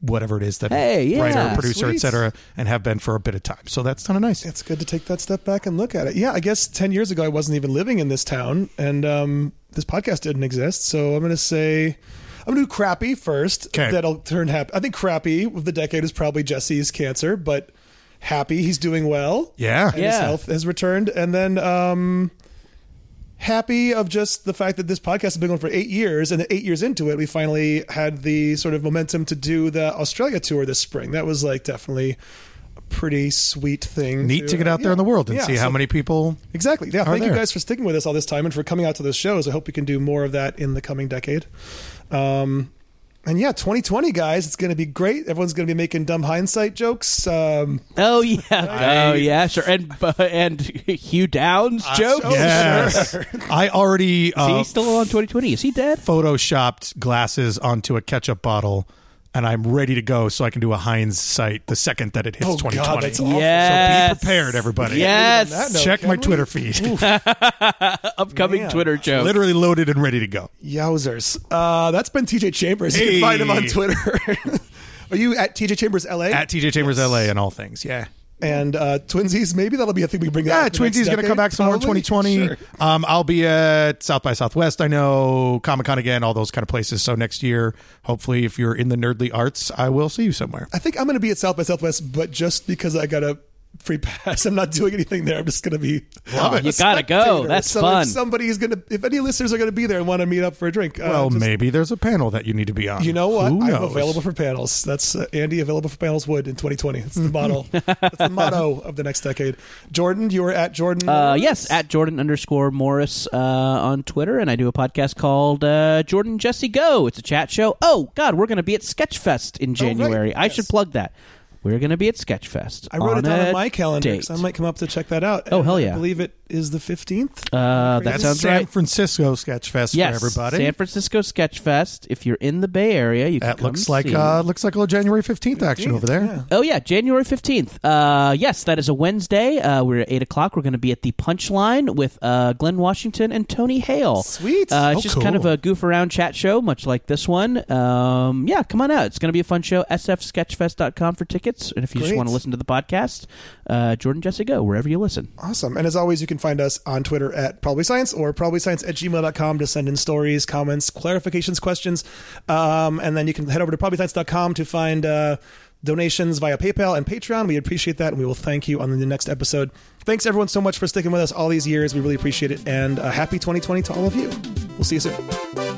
Speaker 3: whatever it is that
Speaker 4: Hey, yeah.
Speaker 3: writer, producer,
Speaker 2: Sweet.
Speaker 3: etc., and have been for a bit of time. So that's kind of nice.
Speaker 2: It's good to take that step back and look at it. Yeah, I guess ten years ago I wasn't even living in this town, and um, this podcast didn't exist. So I'm gonna say. I'm gonna do crappy first.
Speaker 3: 'Kay.
Speaker 2: That'll turn happy. I think crappy of the decade is probably Jesse's cancer, but happy he's doing well.
Speaker 3: Yeah.
Speaker 2: and his
Speaker 4: Yeah.
Speaker 2: health has returned. And then um, happy of just the fact that this podcast has been going for eight years, and that eight years into it, we finally had the sort of momentum to do the Australia tour this spring. That was like definitely a pretty sweet thing.
Speaker 3: Neat to get out there in the world and
Speaker 2: yeah,
Speaker 3: see how
Speaker 2: so-
Speaker 3: many people.
Speaker 2: Exactly. Yeah. Thank you
Speaker 3: there.
Speaker 2: guys for sticking with us all this time and for coming out to those shows. I hope we can do more of that in the coming decade. Um, and yeah, 2020, guys, it's going to be great. Everyone's going to be making dumb hindsight jokes. Um,
Speaker 4: oh yeah oh yeah sure and uh, and hugh downs joke
Speaker 2: Oh,
Speaker 3: Yes. I already
Speaker 4: is
Speaker 3: uh,
Speaker 4: he still on 2020 is he dead
Speaker 3: photoshopped glasses onto a ketchup bottle and I'm ready to go so I can do a hindsight the second that it hits
Speaker 2: Oh, God,
Speaker 3: 2020.
Speaker 2: that's awful.
Speaker 4: yes
Speaker 3: So be prepared, everybody.
Speaker 2: on that
Speaker 4: yes
Speaker 2: note,
Speaker 3: Check
Speaker 2: can
Speaker 3: my
Speaker 2: we?
Speaker 3: Twitter feed.
Speaker 4: upcoming
Speaker 2: Man.
Speaker 4: twitter joke
Speaker 3: Literally loaded and ready to go.
Speaker 2: Yowzers. Uh, that's been TJ Chambers. You can find him on
Speaker 3: Hey.
Speaker 2: Twitter. Are you at TJ Chambers LA?
Speaker 3: At TJ Chambers LA and all things. Yeah.
Speaker 2: and uh, Twinsies, maybe that'll be a thing we bring
Speaker 3: Yeah,
Speaker 2: up.
Speaker 3: Twinsies going to come back some more in 2020. Um, I'll be at South by Southwest, I know, Comic Con again, all those kind of places. So next year, hopefully, if you're in the nerdly arts, I will see you somewhere.
Speaker 2: I think I'm going to be at South by Southwest, but just because I got a free pass, I'm not doing anything there. I'm just going to be.
Speaker 3: Love it.
Speaker 4: you gotta go that's
Speaker 2: so
Speaker 4: fun
Speaker 2: If somebody's going to, if any listeners are going to be there and want to meet up for a drink, uh,
Speaker 3: Well,
Speaker 2: just-
Speaker 3: maybe there's a panel that you need to be on.
Speaker 2: You know what?
Speaker 3: Who
Speaker 2: I'm
Speaker 3: knows?
Speaker 2: available for panels. That's uh, Andy available for panels would in 2020. That's the model. That's the motto of the next decade. Jordan, you were at Jordan.
Speaker 4: Uh, yes, at Jordan underscore Morris uh, on Twitter, and I do a podcast called uh, Jordan Jesse Go. It's a chat show. Oh God, we're going to be at Sketchfest in January. I
Speaker 2: Oh, yes.
Speaker 4: should plug that. We're going to be at Sketchfest.
Speaker 2: I wrote it down on my calendar,
Speaker 4: date.
Speaker 2: so I might come up to check that out.
Speaker 4: Oh,
Speaker 2: And
Speaker 4: hell yeah.
Speaker 2: I believe it is the fifteenth.
Speaker 4: Uh, that
Speaker 3: That's
Speaker 4: sounds
Speaker 3: San
Speaker 4: right.
Speaker 3: Francisco Sketch Fest
Speaker 4: Yes,
Speaker 3: for everybody.
Speaker 4: San Francisco Sketchfest. If you're in the Bay Area, you can
Speaker 3: that
Speaker 4: come
Speaker 3: looks like
Speaker 4: see.
Speaker 3: uh, looks like a little January fifteenth action over there.
Speaker 4: Oh yeah, January fifteenth. Uh, yes, that is a Wednesday. Uh, we're at eight o'clock. We're going to be at the Punchline with uh, Glenn Washington and Tony Hale.
Speaker 2: Sweet.
Speaker 4: Uh,
Speaker 3: Oh,
Speaker 4: it's just
Speaker 3: cool.
Speaker 4: kind of a goof around chat show, much like this one. Um, yeah, come on out. It's going to be a fun show. sfsketchfest.com for tickets. tickets. And if you just
Speaker 2: Great.
Speaker 4: want to listen to the podcast, uh, Jordan Jesse Go, wherever you listen.
Speaker 2: Awesome. And as always, you can find us on Twitter at Probably Science or probablyscience at gmail.com to send in stories, comments, clarifications, questions. Um, and then you can head over to probablyscience.com to find uh, donations via PayPal and Patreon. We appreciate that, and we will thank you on the next episode. Thanks, everyone, so much for sticking with us all these years. We really appreciate it. And uh, happy 2020 to all of you. We'll see you soon.